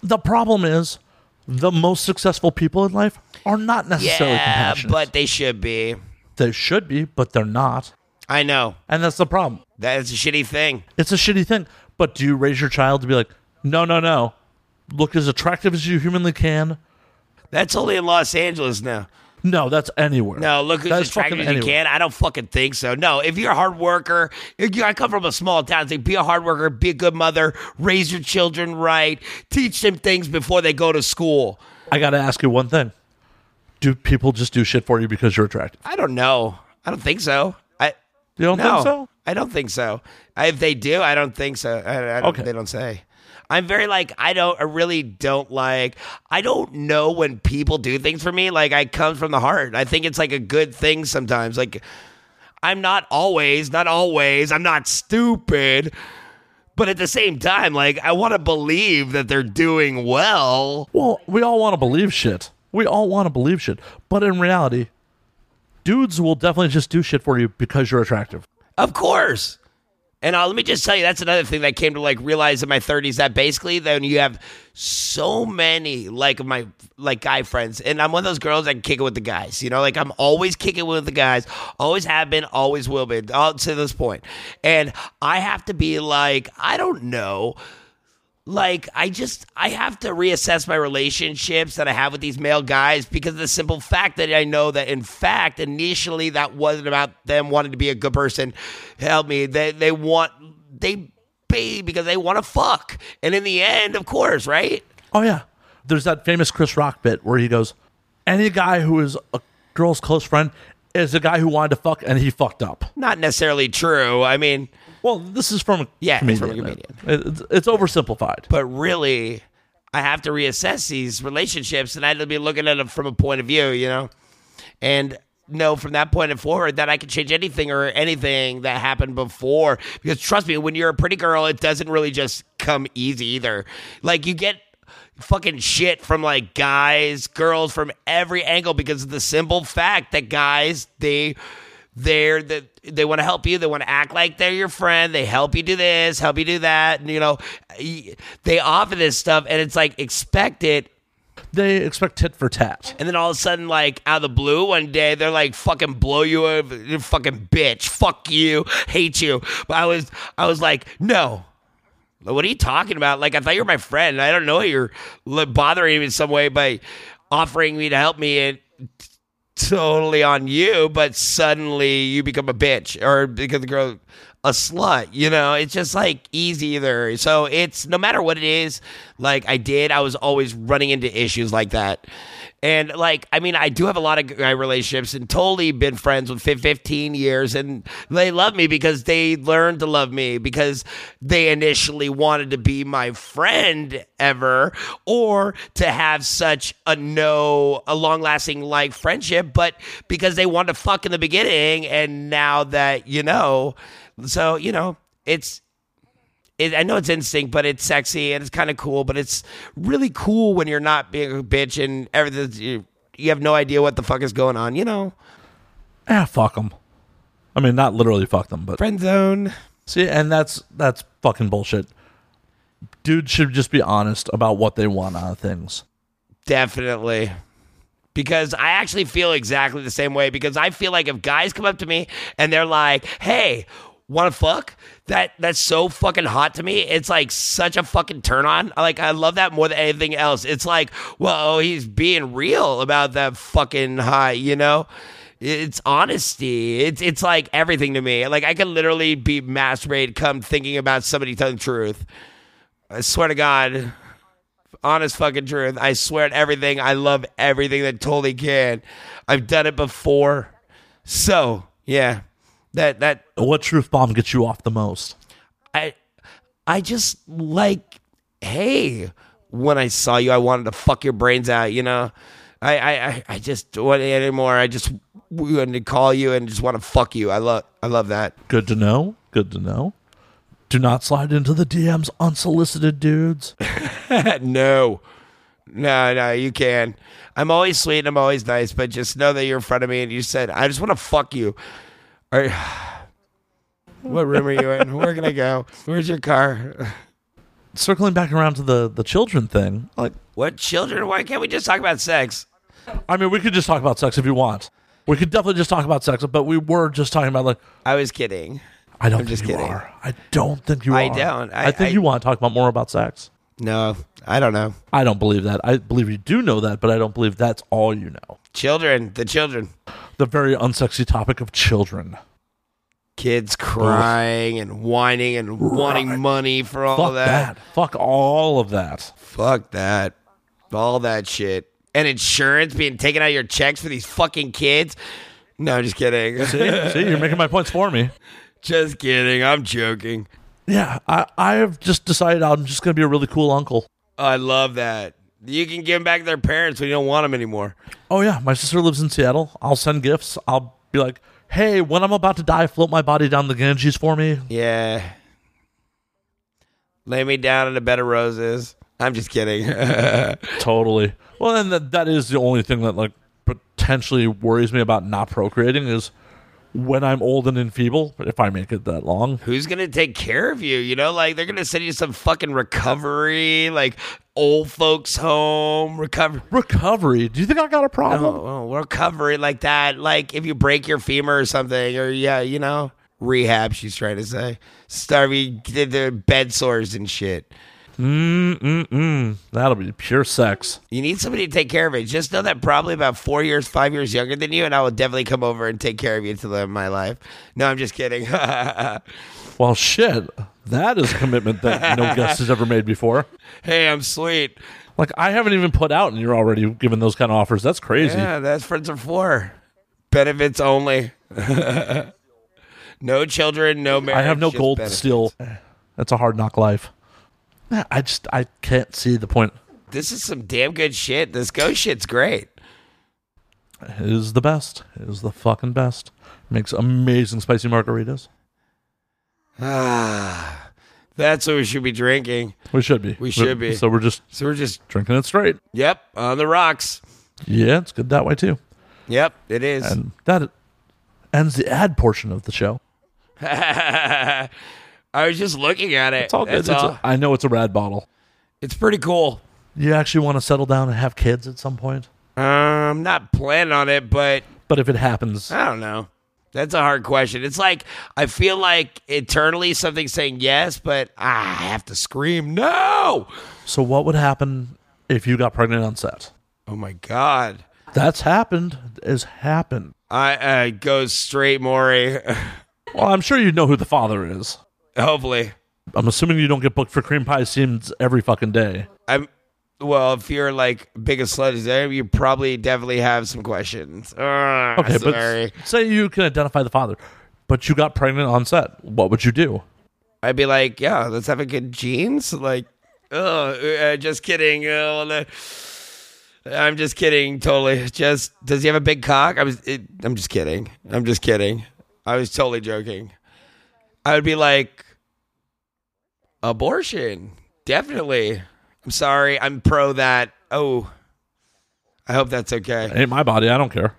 Speaker 1: The problem is the most successful people in life are not necessarily
Speaker 3: yeah,
Speaker 1: compassionate.
Speaker 3: but they should be.
Speaker 1: they should be, but they're not.
Speaker 3: I know
Speaker 1: And that's the problem.
Speaker 3: that's a shitty thing.
Speaker 1: It's a shitty thing. But do you raise your child to be like, no, no, no. Look as attractive as you humanly can.
Speaker 3: That's only in Los Angeles now.
Speaker 1: No, that's anywhere.
Speaker 3: No, look who's
Speaker 1: That's
Speaker 3: as attractive
Speaker 1: fucking
Speaker 3: as you
Speaker 1: anywhere.
Speaker 3: can. I don't fucking think so. No, if you're a hard worker, if you- I come from a small town. It's like be a hard worker, be a good mother, raise your children right, teach them things before they go to school.
Speaker 1: I got to ask you one thing. Do people just do shit for you because you're attractive?
Speaker 3: I don't know. I don't think so. I
Speaker 1: You don't
Speaker 3: no,
Speaker 1: think so?
Speaker 3: I don't think so. I, if they do, I don't think so. I, I don't,
Speaker 1: Okay.
Speaker 3: they don't say. I'm very like I don't. I really don't like. I don't know when people do things for me. Like I come from the heart. I think it's like a good thing sometimes. Like I'm not always, not always. I'm not stupid. But at the same time, like I want to believe that they're doing well.
Speaker 1: Well, we all want to believe shit. We all want to believe shit. But in reality, dudes will definitely just do shit for you because you're attractive.
Speaker 3: Of course. And uh, let me just tell you, that's another thing that I came to like realize in my 30s that basically then you have so many like of my like guy friends, and I'm one of those girls that can kick it with the guys. You know, like I'm always kicking with the guys, always have been, always will be, all to this point. And I have to be like, I don't know Like I just I have to reassess my relationships that I have with these male guys because of the simple fact that I know that in fact initially that wasn't about them wanting to be a good person. Help me. They they want they pay because they want to fuck. And in the end, of course, right?
Speaker 1: Oh yeah. There's that famous Chris Rock bit where he goes, "Any guy who is a girl's close friend is a guy who wanted to fuck and he fucked up."
Speaker 3: Not necessarily true. I mean,
Speaker 1: Well, this is from a
Speaker 3: Yeah, it's from a
Speaker 1: man. It- It's, it's oversimplified.
Speaker 3: but really I have to reassess these relationships and I have to be looking at them from a point of view, you know? And know from that point and forward that I can change anything or anything that happened before. Because trust me, when you're a pretty girl, it doesn't really just come easy either. Like you get fucking shit from like guys, girls from every angle because of the simple fact that guys, they they're the, they want to help you. They want to act like they're your friend. They help you do this, help you do that. And, you know, y- they offer this stuff, and it's like expect it
Speaker 1: They expect tit for tat.
Speaker 3: and then all of a sudden, like out of the blue, one day they're like, "Fucking blow you over, you fucking bitch, fuck you, hate you." But I was, I was like, "No, what are you talking about? Like, I thought you were my friend. I don't know you're li- bothering me in some way by offering me to help me and." t- Totally on you, but suddenly you become a bitch or because the girl a slut. You know, it's just like easy either. So it's no matter what it is, like I did, I was always running into issues like that. And like, I mean, I do have a lot of guy relationships and totally been friends with fif- 15 years and they love me because they learned to love me because they initially wanted to be my friend ever or to have such a no, a long lasting like friendship, but because they wanted to fuck in the beginning. And now that, you know, so, you know, it's, it, I know it's instinct, but it's sexy and it's kind of cool. But it's really cool when you're not being a bitch and everything. You, you have no idea what the fuck is going on. You know,
Speaker 1: Ah, fuck them. I mean, not literally fuck them, but
Speaker 3: friend zone.
Speaker 1: see, and that's that's fucking bullshit. Dudes should just be honest about what they want out of things.
Speaker 3: Definitely. Because I actually feel exactly the same way. Because I feel like if guys come up to me and they're like, hey, wanna fuck? That that's so fucking hot to me. It's like such a fucking turn on. I Like I love that more than anything else. It's like, whoa, he's being real about that fucking hot, you know? It's honesty. It's it's like everything to me. Like I could literally be masturbated come thinking about somebody telling the truth. I swear to God honest fucking truth. I swear at everything. I love everything that totally can. I've done it before. So yeah, that that
Speaker 1: What truth bomb gets you off the most?
Speaker 3: I I just like hey, when I saw you, I wanted to fuck your brains out. You know, I I I, I just want it anymore. I just wanted to call you and just want to fuck you. I love I love that.
Speaker 1: Good to know. Good to know. Do not slide into the DMs unsolicited, dudes.
Speaker 3: no. No, no, you can. I'm always sweet and I'm always nice, but just know that you're in front of me and you said, I just want to fuck you. Or, what room are you in? Where can I go? Where's your car?
Speaker 1: Circling back around to the the children thing. Like,
Speaker 3: What children? Why can't we just talk about sex?
Speaker 1: I mean, we could just talk about sex if you want. We could definitely just talk about sex, but we were just talking about like
Speaker 3: I was kidding.
Speaker 1: I don't
Speaker 3: I'm
Speaker 1: think
Speaker 3: just
Speaker 1: you
Speaker 3: kidding.
Speaker 1: are. I don't think you
Speaker 3: I
Speaker 1: are.
Speaker 3: don't. I-
Speaker 1: I, think
Speaker 3: I-
Speaker 1: you want to talk about more about sex.
Speaker 3: No, I don't know.
Speaker 1: I don't believe that. I believe you do know that, but I don't believe that's all you know.
Speaker 3: Children, the children.
Speaker 1: The very unsexy topic of children.
Speaker 3: Kids crying and whining and wanting money for all
Speaker 1: Fuck
Speaker 3: that.
Speaker 1: that. Fuck all of that.
Speaker 3: Fuck that. All that shit. And insurance being taken out of your checks for these fucking kids. No, just kidding.
Speaker 1: See, see, you're making my points for me.
Speaker 3: just kidding. I'm joking.
Speaker 1: Yeah, I, I have just decided I'm just going to be a really cool uncle.
Speaker 3: Oh, I love that. You can give them back to their parents when you don't want them anymore.
Speaker 1: Oh yeah, my sister lives in Seattle. I'll send gifts. I'll be like, hey, when I'm about to die, float my body down the Ganges for me.
Speaker 3: Yeah. Lay me down in a bed of roses. I'm just kidding.
Speaker 1: Totally. Well, and that, that is the only thing that like potentially worries me about not procreating is when I'm old and enfeeble, if I make it that long.
Speaker 3: Who's going to take care of you? You know, like they're going to send you some fucking recovery, like old folks home recovery.
Speaker 1: Recovery. Do you think I got a problem?
Speaker 3: Oh, oh, recovery like that. Like if you break your femur or something, or yeah, you know, rehab. She's trying to say, starving, did the bed sores and shit.
Speaker 1: Mm-mm-mm. That'll be pure sex.
Speaker 3: You need somebody to take care of it. Just know that probably about four years, five years younger than you, and I will definitely come over and take care of you to the end of my life. No, I'm just kidding. hey,
Speaker 1: Well, shit. That is a commitment that no guest has ever made before.
Speaker 3: I'm sweet.
Speaker 1: Like, I haven't even put out, and you're already giving those kind of offers. That's crazy.
Speaker 3: Yeah, that's friends are for. Benefits only. no children, no marriage.
Speaker 1: I have no
Speaker 3: just
Speaker 1: gold
Speaker 3: benefits.
Speaker 1: to steal. That's a hard knock life. Nah, I just I can't see the point.
Speaker 3: This is some damn good shit. This ghost shit's great.
Speaker 1: It is the best. It is the fucking best. Makes amazing spicy margaritas.
Speaker 3: Ah, that's what we should be drinking.
Speaker 1: We should be.
Speaker 3: We should be.
Speaker 1: So we're just
Speaker 3: So we're just,
Speaker 1: drinking it straight.
Speaker 3: yep, on the rocks.
Speaker 1: Yeah, it's good that way too.
Speaker 3: Yep, it is.
Speaker 1: And that ends the ad portion of the show.
Speaker 3: I was just looking at it.
Speaker 1: It's all good.
Speaker 3: That's
Speaker 1: It's-
Speaker 3: all.
Speaker 1: I know it's a rad bottle.
Speaker 3: It's pretty cool.
Speaker 1: You actually want to settle down and have kids at some point,
Speaker 3: Um, I'm not planning on it, but
Speaker 1: but if it happens,
Speaker 3: I don't know. That's a hard question. It's like I feel like internally something's saying yes, but ah, I have to scream no.
Speaker 1: so what would happen if you got pregnant on set?
Speaker 3: Oh my god!
Speaker 1: That's happened. Is happened.
Speaker 3: I uh, go straight Maury.
Speaker 1: Well, I'm sure you know who the father is.
Speaker 3: Hopefully,
Speaker 1: I'm assuming you don't get booked for cream pie scenes every fucking day.
Speaker 3: I'm. Well, if you're like biggest slut as there, you probably definitely have some questions. Ah,
Speaker 1: Okay, but
Speaker 3: sorry.
Speaker 1: s- say you can identify the father, but you got pregnant on set. What would you do?
Speaker 3: I'd be like, yeah, let's have a good jeans. Like, oh, uh, just kidding. Uh, well, uh, I'm just kidding. Totally. Just does he have a big cock? I was. It, I'm just kidding. I'm just kidding. I was totally joking. I would be like, abortion. Definitely. I'm sorry. I'm pro that. Oh, I hope that's okay.
Speaker 1: Ain't my body. I don't care.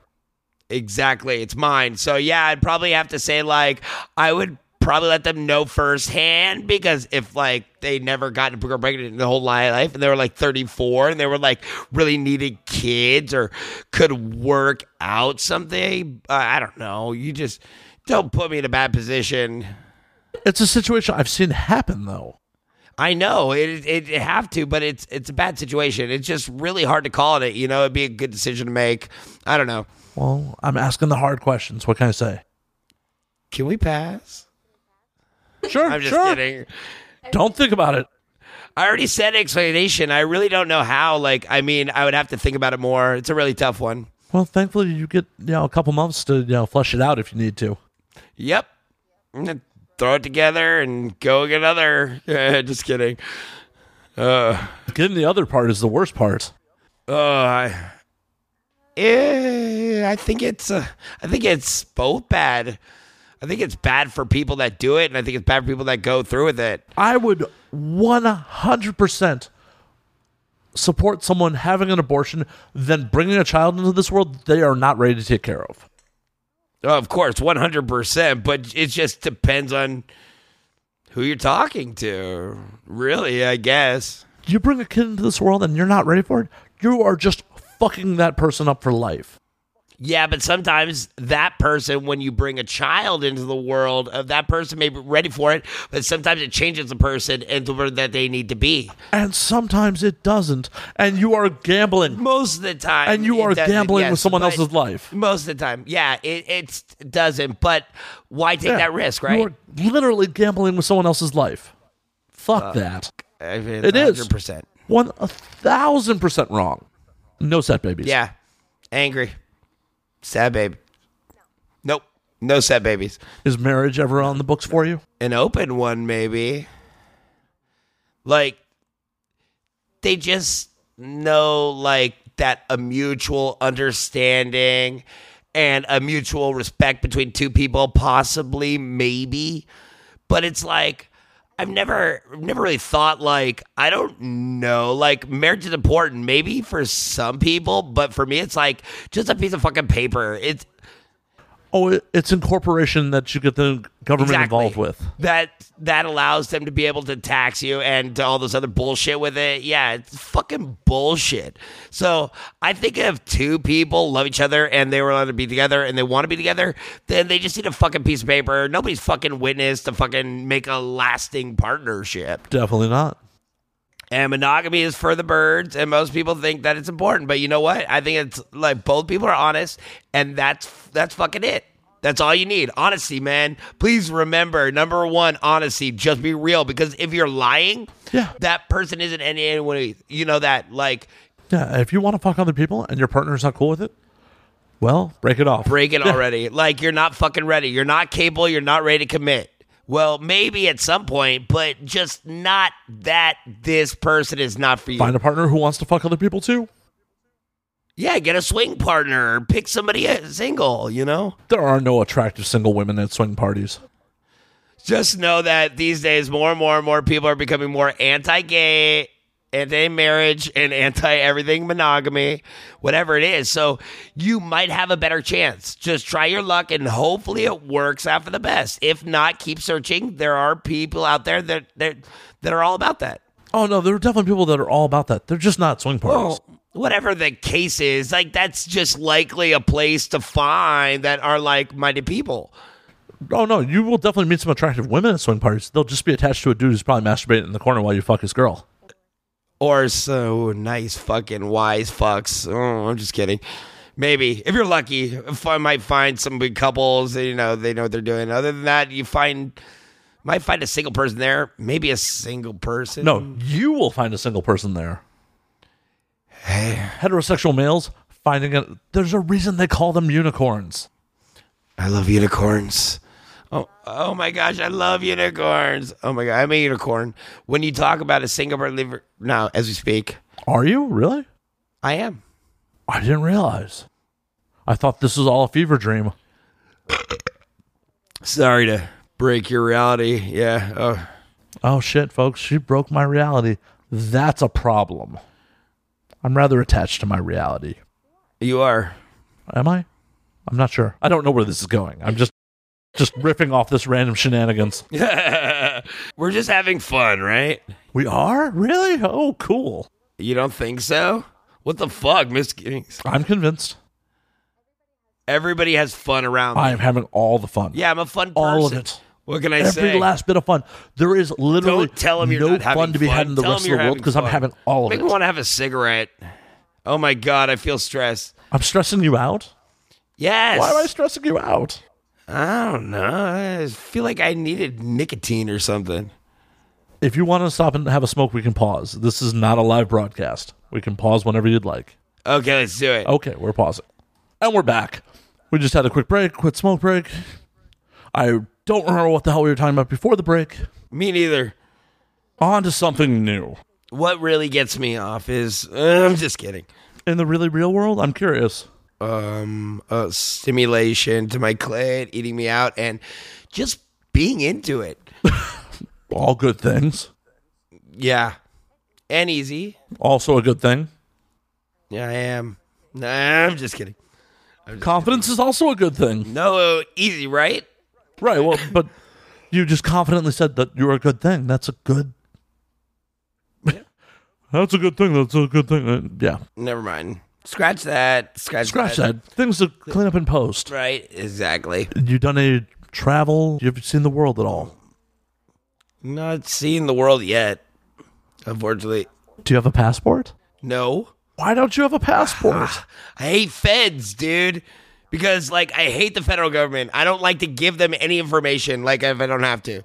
Speaker 3: Exactly. It's mine. So yeah, I'd probably have to say like I would probably let them know firsthand because if like they never gotten pregnant in their whole li- life and they were like 34 and they were like really needed kids or could work out something, uh, I don't know. You just don't put me in a bad position.
Speaker 1: It's a situation I've seen happen though.
Speaker 3: I know it, it it have to, but it's it's a bad situation. It's just really hard to call it. You know, it'd be a good decision to make. I don't know.
Speaker 1: Well, I'm asking the hard questions. What can I say?
Speaker 3: Can we pass?
Speaker 1: Sure,
Speaker 3: I'm just
Speaker 1: sure.
Speaker 3: kidding.
Speaker 1: Don't think about it.
Speaker 3: I already said explanation. I really don't know how. Like, I mean, I would have to think about it more. It's a really tough one.
Speaker 1: Well, thankfully, you get you know a couple months to you know flush it out if you need to.
Speaker 3: Yep. I'm gonna throw it together and go get another. Just kidding. Uh,
Speaker 1: Getting the other part is the worst part.
Speaker 3: uh, I, eh, I think it's. Uh, I think it's both bad. I think it's bad for people that do it, and I think it's bad for people that go through with it.
Speaker 1: I would 100% support someone having an abortion than bringing a child into this world they are not ready to take care of.
Speaker 3: Oh, Of course, one hundred percent. But it just depends on who you're talking to. Really, I guess.
Speaker 1: You bring a kid into this world and you're not ready for it, you are just fucking that person up for life.
Speaker 3: Yeah, but sometimes that person, when you bring a child into the world, uh, that person may be ready for it, but sometimes it changes the person into where that they need to be.
Speaker 1: And sometimes it doesn't. And you are gambling.
Speaker 3: Most of the time,
Speaker 1: And you
Speaker 3: it
Speaker 1: are
Speaker 3: doesn't,
Speaker 1: gambling
Speaker 3: yes,
Speaker 1: with someone
Speaker 3: but
Speaker 1: else's life.
Speaker 3: Most of the time, yeah, it it's, it doesn't. But why take that risk, right?
Speaker 1: You are literally gambling with someone else's life. Fuck that.
Speaker 3: I mean,
Speaker 1: It is.
Speaker 3: percent.
Speaker 1: One a thousand percent wrong. No set babies.
Speaker 3: Yeah, angry, sad baby. Nope, no sad babies.
Speaker 1: Is marriage ever on the books for you?
Speaker 3: an open one maybe like they just know like that a mutual understanding and a mutual respect between two people possibly maybe but it's like I've never never really thought like I don't know like marriage is important maybe for some people but for me it's like just a piece of fucking paper it's
Speaker 1: Oh, it- it's incorporation that you get the government involved with.
Speaker 3: That that allows them to be able to tax you and to all this other bullshit with it. Yeah, it's fucking bullshit. So I think if two people love each other and they were allowed to be together and they want to be together, then they just need a fucking piece of paper. Nobody's fucking witness to fucking make a lasting partnership.
Speaker 1: Definitely not.
Speaker 3: And monogamy is for the birds, and most people think that it's important. But you know what? I think it's like both people are honest, and that's that's fucking it. That's all you need. Honesty, man. Please remember number one, honesty. Just be real because if you're lying,
Speaker 1: Yeah.
Speaker 3: that person isn't any anyone. You know that like
Speaker 1: Yeah, if you want to fuck other people and your partner's not cool with it, well, break it off.
Speaker 3: break it already. Like you're not fucking ready. You're not capable. You're not ready to commit. Well, maybe at some point, but just not that this person is not for you.
Speaker 1: Find a partner who wants to fuck other people too.
Speaker 3: yeah, get a swing partner or pick somebody uh, single, you know?
Speaker 1: There are no attractive single women at swing parties.
Speaker 3: Just know that these days more and more and more people are becoming more anti-gay, anti-marriage and anti-everything monogamy, whatever it is. So you might have a better chance. Just try your luck and hopefully it works out for the best. If not, keep searching. There are people out there that that, that are all about that.
Speaker 1: Oh no, there are definitely people that are all about that. They're just not swing parties.
Speaker 3: Well, whatever the case is, like that's just likely a place to find that are like-minded people.
Speaker 1: Oh no, you will definitely meet some attractive women at swing parties. They'll just be attached to a dude who's probably masturbating in the corner while you fuck his girl.
Speaker 3: or so nice fucking wise fucks. Oh, I'm just kidding. Maybe if you're lucky, if I might find some good couples. You know, they know what they're doing. Other than that, you find might find a single person there. Maybe a single person.
Speaker 1: No, you will find a single person there. Heterosexual males finding a there's a reason they call them unicorns.
Speaker 3: I love unicorns. Oh, oh my gosh, I love unicorns. Oh my god, I'm a unicorn. When you talk about a single person, now as we speak,
Speaker 1: Are you really?
Speaker 3: I am.
Speaker 1: I didn't realize. I thought this was all a fever dream.
Speaker 3: Sorry to break your reality. Yeah. Oh.
Speaker 1: Oh shit, folks, she broke my reality. That's a problem. I'm rather attached to my reality.
Speaker 3: You are.
Speaker 1: Am I? I'm not sure. I don't know where this is going. I'm just just riffing off this random shenanigans.
Speaker 3: We're just having fun, right?
Speaker 1: We are? Really? Oh, cool.
Speaker 3: You don't think so? What the fuck, misgivings?
Speaker 1: I'm convinced.
Speaker 3: Everybody has fun around me.
Speaker 1: I am having all the fun.
Speaker 3: yeah, I'm a fun person.
Speaker 1: all of it.
Speaker 3: What can I
Speaker 1: Every
Speaker 3: say?
Speaker 1: last bit of fun. There is literally
Speaker 3: Don't tell 'em you're
Speaker 1: no
Speaker 3: not having
Speaker 1: fun to be
Speaker 3: fun.
Speaker 1: had in the
Speaker 3: Tell 'em
Speaker 1: rest of
Speaker 3: you're
Speaker 1: the world
Speaker 3: having
Speaker 1: because I'm
Speaker 3: fun.
Speaker 1: having all of
Speaker 3: Make
Speaker 1: it.
Speaker 3: me want to have a cigarette. Oh my god, I feel stressed.
Speaker 1: I'm stressing you out.
Speaker 3: Yes.
Speaker 1: Why am I stressing you out?
Speaker 3: I don't know. I feel like I needed nicotine or something.
Speaker 1: If you want to stop and have a smoke, we can pause. This is not a live broadcast. We can pause whenever you'd like.
Speaker 3: Okay, let's do it.
Speaker 1: Okay, we're pausing. And we're back. We just had a quick break, quick smoke break. I don't remember what the hell we were talking about before the break.
Speaker 3: Me neither.
Speaker 1: On to something new.
Speaker 3: What really gets me off is uh, I'm just kidding.
Speaker 1: In the really real world, I'm curious.
Speaker 3: um uh, stimulation to my clit, eating me out, and just being into it.
Speaker 1: All good things.
Speaker 3: Yeah, and easy.
Speaker 1: Also a good thing.
Speaker 3: Yeah, I am. Nah, I'm just kidding.
Speaker 1: Confidence is also a good thing.
Speaker 3: No, easy, right?
Speaker 1: Right. Well, but you just confidently said that you're a good thing. That's a good. That's a good thing. That's a good thing. Uh, Yeah.
Speaker 3: Never mind. Scratch that. Scratch,
Speaker 1: Scratch that. Things to clean up in post.
Speaker 3: Right, exactly.
Speaker 1: You done any travel? You haven't seen the world at all.
Speaker 3: Not seeing the world yet, unfortunately.
Speaker 1: Do you have a passport?
Speaker 3: No.
Speaker 1: Why don't you have a passport?
Speaker 3: I hate feds, dude. Because like I hate the federal government. I don't like to give them any information like if I don't have to.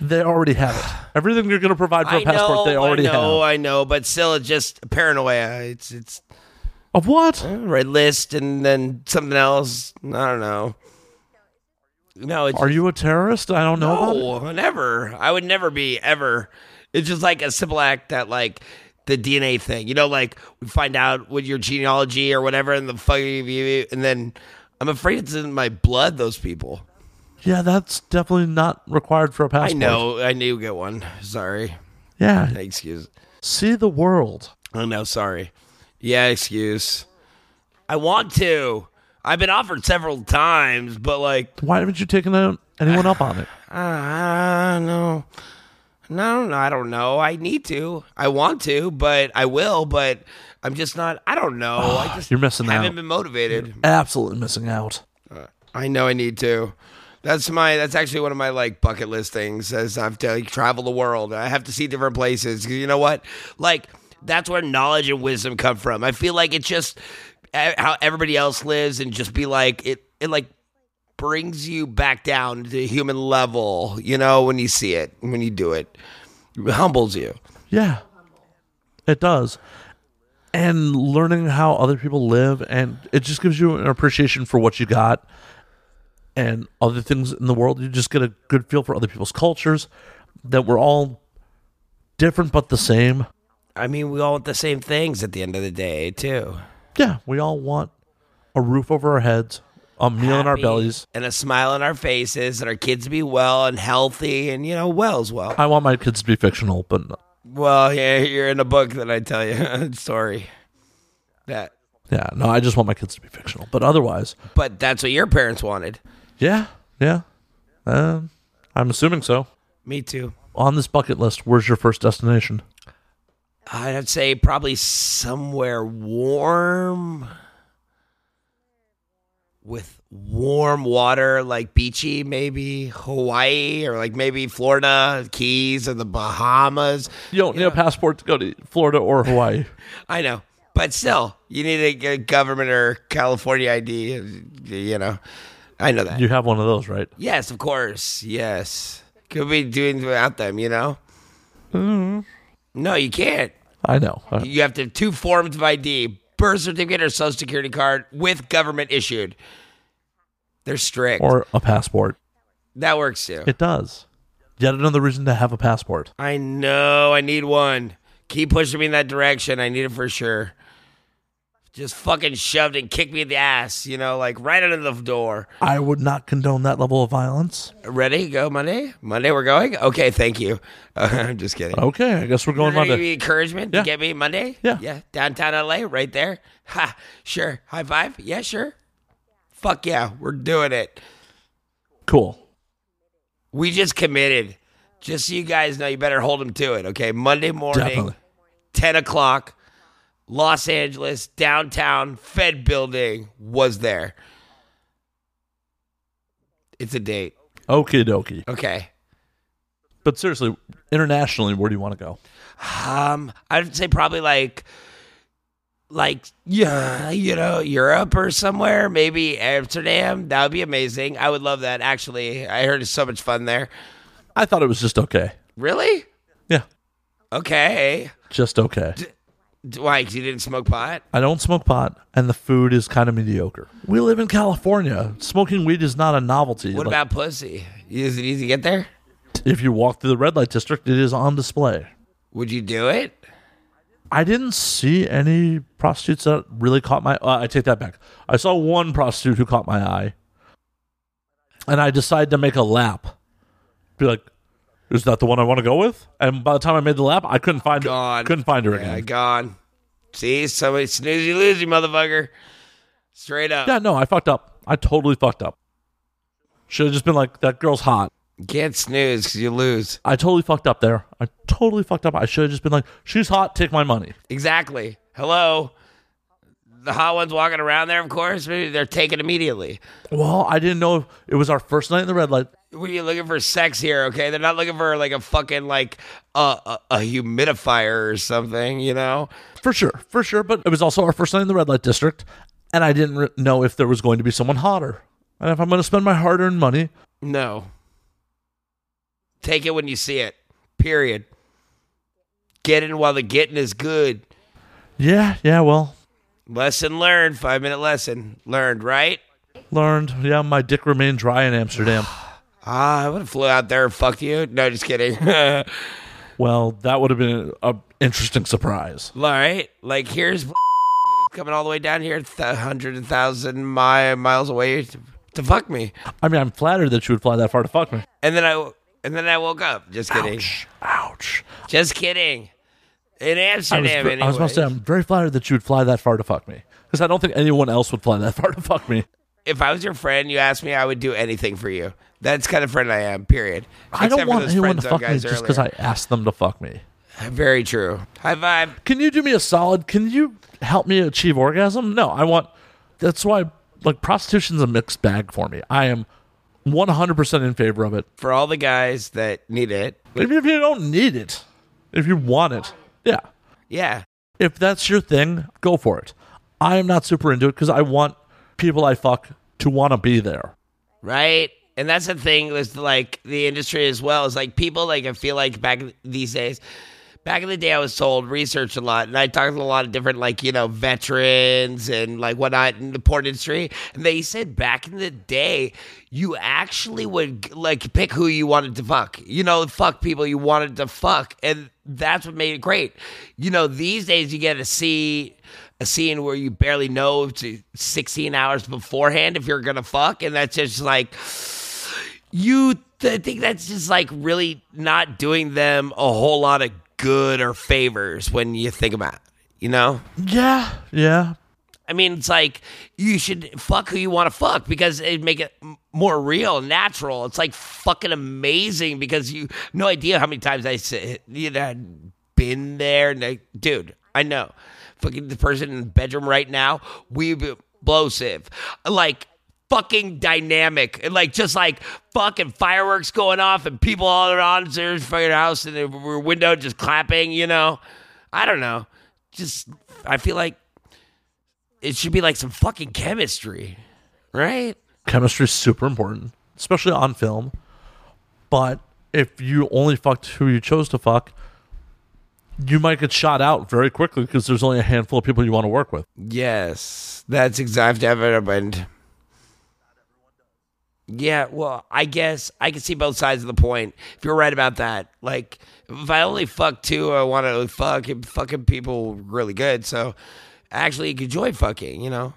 Speaker 1: they already have it. Everything you're going to provide for a passport, they already
Speaker 3: I know,
Speaker 1: have.
Speaker 3: I know, but still, it's just paranoia. It's it's
Speaker 1: Of what?
Speaker 3: red list and then something else. I don't know. No, it's
Speaker 1: Are you a terrorist? I don't know about it.
Speaker 3: no, never. I would never be ever. It's just like a simple act that like the DNA thing. You know, like we find out with your genealogy or whatever, and the fuck you, and then I'm afraid it's in my blood. Those people.
Speaker 1: Yeah, that's definitely not required for a
Speaker 3: I
Speaker 1: passport.
Speaker 3: know. I knew you get one. Sorry.
Speaker 1: Yeah.
Speaker 3: Excuse.
Speaker 1: See the world.
Speaker 3: Oh no, sorry. Yeah, excuse. I want to. I've been offered several times, but like,
Speaker 1: Why haven't you taken out anyone up on it?
Speaker 3: uh, no, no, no, I don't know. I need to. I want to, but I will. But I'm just not. I don't know. I just
Speaker 1: You're missing
Speaker 3: haven't
Speaker 1: out.
Speaker 3: been motivated.
Speaker 1: Absolutely missing out.
Speaker 3: I know I need to. That's my. That's actually one of my like bucket list things. As I've to like, travel the world, I have to see different places. 'Cause you know what? Like that's where knowledge and wisdom come from. I feel like it's just eh, how everybody else lives, and just be like it. It like brings you back down to the human level. You know when you see it, when you do it, it humbles you.
Speaker 1: Yeah, it does. And learning how other people live, and it just gives you an appreciation for what you got and other things in the world. You just get a good feel for other people's cultures that we're all different but the same.
Speaker 3: I mean, we all want the same things at the end of the day, too.
Speaker 1: Yeah, we all want a roof over our heads, a meal in our
Speaker 3: Happy
Speaker 1: bellies.
Speaker 3: and a smile on our faces, and our kids to be well and healthy, and you know, well as well.
Speaker 1: I want my kids to be fictional, but no-
Speaker 3: Well, yeah, you're in a book that I tell you. Sorry, that.
Speaker 1: yeah, no, I just want my kids to be fictional. But otherwise,
Speaker 3: But that's what your parents wanted.
Speaker 1: yeah, yeah. Um, I'm assuming so.
Speaker 3: Me too.
Speaker 1: On this bucket list, where's your first destination?
Speaker 3: I'd say probably somewhere warm with warm water, like beachy, maybe Hawaii, or like maybe Florida, Keys, or the Bahamas.
Speaker 1: You don't need a passport to go to Florida or Hawaii.
Speaker 3: I know, but still, you need to get a government or California ID. You know, I know that.
Speaker 1: you have one of those, right?
Speaker 3: yes, of course. Yes, could be doing without them. You know.
Speaker 1: Mm-hmm.
Speaker 3: No, you can't.
Speaker 1: I know. Uh,
Speaker 3: You have to have two forms of ID: birth certificate or social security card with government issued. They're strict.
Speaker 1: or a passport.
Speaker 3: that works too.
Speaker 1: It does. Yet another reason to have a passport.
Speaker 3: I know. I need one. Keep pushing me in that direction. I need it for sure. Just fucking shoved and kicked me in the ass, you know, like right under the door.
Speaker 1: I would not condone that level of violence.
Speaker 3: Ready? Go Monday? Monday we're going? Okay, thank you. I'm just kidding.
Speaker 1: Okay, I guess we're going
Speaker 3: You're gonna give
Speaker 1: Monday.
Speaker 3: me encouragement
Speaker 1: Yeah.
Speaker 3: to get me Monday?
Speaker 1: Yeah.
Speaker 3: Yeah. Downtown LA, right there. Ha, sure. High five? Yeah, sure. Fuck yeah, we're doing it.
Speaker 1: Cool.
Speaker 3: We just committed. Just so you guys know, you better hold them to it. Okay, Monday morning,
Speaker 1: Definitely.
Speaker 3: 10 o'clock, Los Angeles, downtown, Fed building was there. It's a date.
Speaker 1: Okie dokie.
Speaker 3: Okay.
Speaker 1: But seriously, internationally, where do you want to go?
Speaker 3: Um, I'd say probably like, like yeah, you know, Europe or somewhere, maybe Amsterdam. That would be amazing. I would love that. Actually, I heard it's so much fun there.
Speaker 1: I thought it was just okay.
Speaker 3: Really?
Speaker 1: Yeah,
Speaker 3: Okay.
Speaker 1: just okay.
Speaker 3: D- Why? 'Cause you didn't smoke pot?
Speaker 1: I don't smoke pot, and the food is kind of mediocre. We live in California. Smoking weed is not a novelty.
Speaker 3: What
Speaker 1: Like,
Speaker 3: about pussy? Is it easy to get there?
Speaker 1: if you walk through the red light district? It is on display.
Speaker 3: Would you do it?
Speaker 1: I didn't see any prostitutes that really caught my. Uh, I take that back. I saw one prostitute who caught my eye, and I decided to make a lap. Be like, is that the one I want to go with? And by the time I made the lap, I couldn't find
Speaker 3: Gone.
Speaker 1: couldn't find her
Speaker 3: Yeah,
Speaker 1: again.
Speaker 3: gone. See, somebody snoozy loozy, motherfucker. Straight up.
Speaker 1: Yeah, no, I fucked up. I totally fucked up. Should have just been like, that girl's hot.
Speaker 3: You can't snooze because you lose.
Speaker 1: I totally fucked up there. I totally fucked up. I should have just been like, she's hot, take my money.
Speaker 3: Exactly. Hello. The hot ones walking around there, of course. Maybe they're taken immediately.
Speaker 1: Well, I didn't know if it was our first night in the red light.
Speaker 3: What are you looking for sex here? Okay, they're not looking for like a fucking like uh, a a humidifier or something. You know.
Speaker 1: For sure, for sure. But it was also our first night in the red light district, and I didn't re- know if there was going to be someone hotter. And if I'm going to spend my hard earned money,
Speaker 3: No. Take it when you see it. Period. Get in while the getting is good.
Speaker 1: yeah, yeah, well,
Speaker 3: Lesson learned. Five minute lesson learned. Right.
Speaker 1: learned. Yeah, my dick remained dry in Amsterdam.
Speaker 3: Ah, I would have flew out there and fucked you. No, just kidding. All
Speaker 1: well, that would have been an interesting surprise.
Speaker 3: right. Like, here's coming all the way down here, th- 100,000 mi- miles away to, to fuck me.
Speaker 1: I mean, I'm flattered that you would fly that far to fuck me.
Speaker 3: And then I. And then I woke up. Just kidding.
Speaker 1: Ouch. Ouch.
Speaker 3: Just kidding. In
Speaker 1: I was,
Speaker 3: Amsterdam,
Speaker 1: ver- I was about to say,
Speaker 3: anyways.
Speaker 1: I'm very flattered that you would fly that far to fuck me. Because I don't think anyone else would fly that far to fuck me.
Speaker 3: If I was your friend, you asked me, I would do anything for you. That's the kind of friend I am. Period.
Speaker 1: I
Speaker 3: Except
Speaker 1: don't
Speaker 3: for
Speaker 1: want
Speaker 3: those
Speaker 1: anyone
Speaker 3: friend
Speaker 1: to
Speaker 3: zone
Speaker 1: fuck me
Speaker 3: guys
Speaker 1: just because I
Speaker 3: earlier.
Speaker 1: asked them to fuck me.
Speaker 3: Very true. High five.
Speaker 1: can you do me a solid? Can you help me achieve orgasm? No, I want. That's why, like, prostitution's a mixed bag for me. I am One hundred percent in favor of it.
Speaker 3: for all the guys that need it.
Speaker 1: Even if you don't need it, if you want it, yeah.
Speaker 3: Yeah.
Speaker 1: If that's your thing, go for it. I am not super into it because I want people I fuck to want to be there.
Speaker 3: Right. And that's the thing with like the industry as well. Is like people like I feel like back these days, back in the day I was told research a lot and I talked to a lot of different like, you know, veterans and like whatnot in the porn industry. And they said back in the day, you actually would like pick who you wanted to fuck. You know, fuck people you wanted to fuck. And that's what made it great. You know, these days you get to see a scene where you barely know to 16 hours beforehand if you're gonna fuck, and that's just like you th- think that's just like really not doing them a whole lot of good or favors when you think about it, you know?
Speaker 1: Yeah, yeah.
Speaker 3: I mean, it's like you should fuck who you want to fuck because it make it m- more real, and natural. It's like fucking amazing because you no idea how many times I said you know I'd been there. And I, dude, I know, fucking the person in the bedroom right now, we explosive, like fucking dynamic, and like just like fucking fireworks going off and people all around their fucking house and their window just clapping. You know, I don't know, just I feel like it should be like some fucking chemistry, right?
Speaker 1: Chemistry's super important, especially on film. But if you only fucked who you chose to fuck, you might get shot out very quickly because there's only a handful of people you want to work with.
Speaker 3: Yes, that's exactly what happened. Yeah, well, I guess I can see both sides of the point. If you're right about that, like if I only fuck two, I want to fuck and fucking people really good. So actually, you enjoy fucking, you know,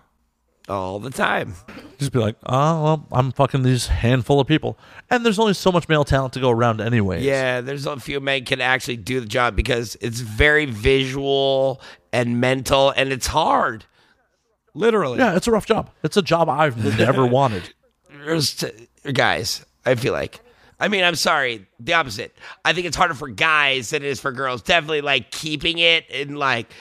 Speaker 3: all the time.
Speaker 1: Just be like, oh, well, I'm fucking these handful of people. And there's only so much male talent to go around anyway.
Speaker 3: Yeah, there's a few men can actually do the job because it's very visual and mental, and it's hard. Literally,
Speaker 1: Yeah, it's a rough job. It's a job I've never wanted.
Speaker 3: there's t- guys. I feel like. I mean, I'm sorry. The opposite. I think it's harder for guys than it is for girls. Definitely, like keeping it and like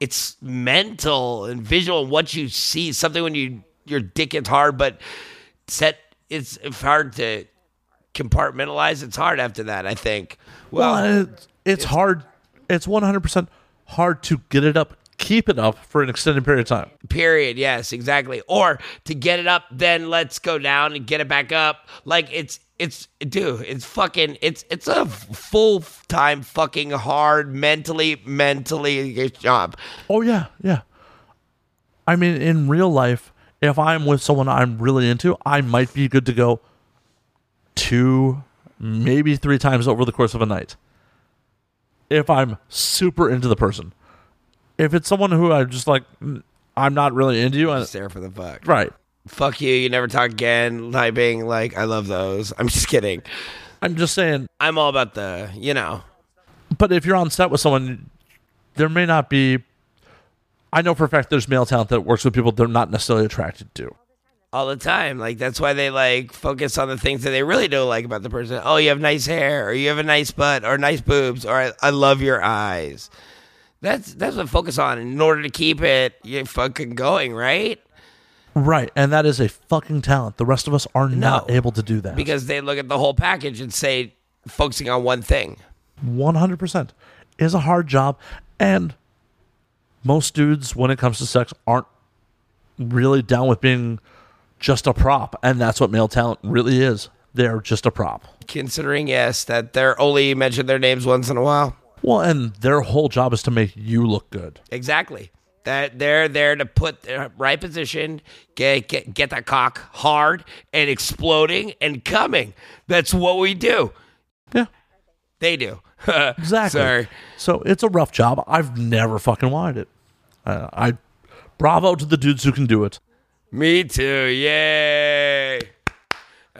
Speaker 3: it's mental and visual and what you see. Something when you your dick is hard, but set it's it's hard to compartmentalize. It's hard after that. I think. Well,
Speaker 1: Well, it's, it's hard. It's 100% hard to get it up, keep it up for an extended period of time.
Speaker 3: Period. Yes, exactly. Or to get it up, then let's go down and get it back up. Like it's it's dude, it's fucking it's it's a full time fucking hard mentally mentally job.
Speaker 1: Oh, yeah, yeah. I mean, in real life, if I'm with someone I'm really into, I might be good to go two, maybe three times over the course of a night. If I'm super into the person. If it's someone who I'm just like, "Mm, I'm not really into you, and,
Speaker 3: It's there for the fuck.
Speaker 1: right.
Speaker 3: Fuck you. You never talk again. Typing like I love those. I'm just kidding.
Speaker 1: I'm just saying,
Speaker 3: I'm all about the you know.
Speaker 1: but if you're on set with someone, there may not be. I know for a fact there's male talent that works with people they're not necessarily attracted to.
Speaker 3: all the time. Like that's why they like focus on the things that they really don't like about the person. Oh, you have nice hair, or you have a nice butt, or nice boobs, or I, I love your eyes. That's that's what focus on in order to keep it you fucking going, right?
Speaker 1: Right, and that is a fucking talent. The rest of us are not
Speaker 3: No.
Speaker 1: able to do that.
Speaker 3: Because they look at the whole package and say focusing on one thing.
Speaker 1: 100% is a hard job and most dudes when it comes to sex aren't really down with being just a prop, and that's what male talent really is. They're just a prop.
Speaker 3: Considering yes that they're only mentioned their names once in a while.
Speaker 1: Well, and their whole job is to make you look good.
Speaker 3: Exactly. That they're there to put the right position, get, get get that cock hard and exploding and coming. That's what we do.
Speaker 1: Yeah.
Speaker 3: They do.
Speaker 1: Exactly.
Speaker 3: Sorry.
Speaker 1: So it's a rough job. I've never fucking wanted it. Uh, I bravo to the dudes who can do it.
Speaker 3: Me too. Yay.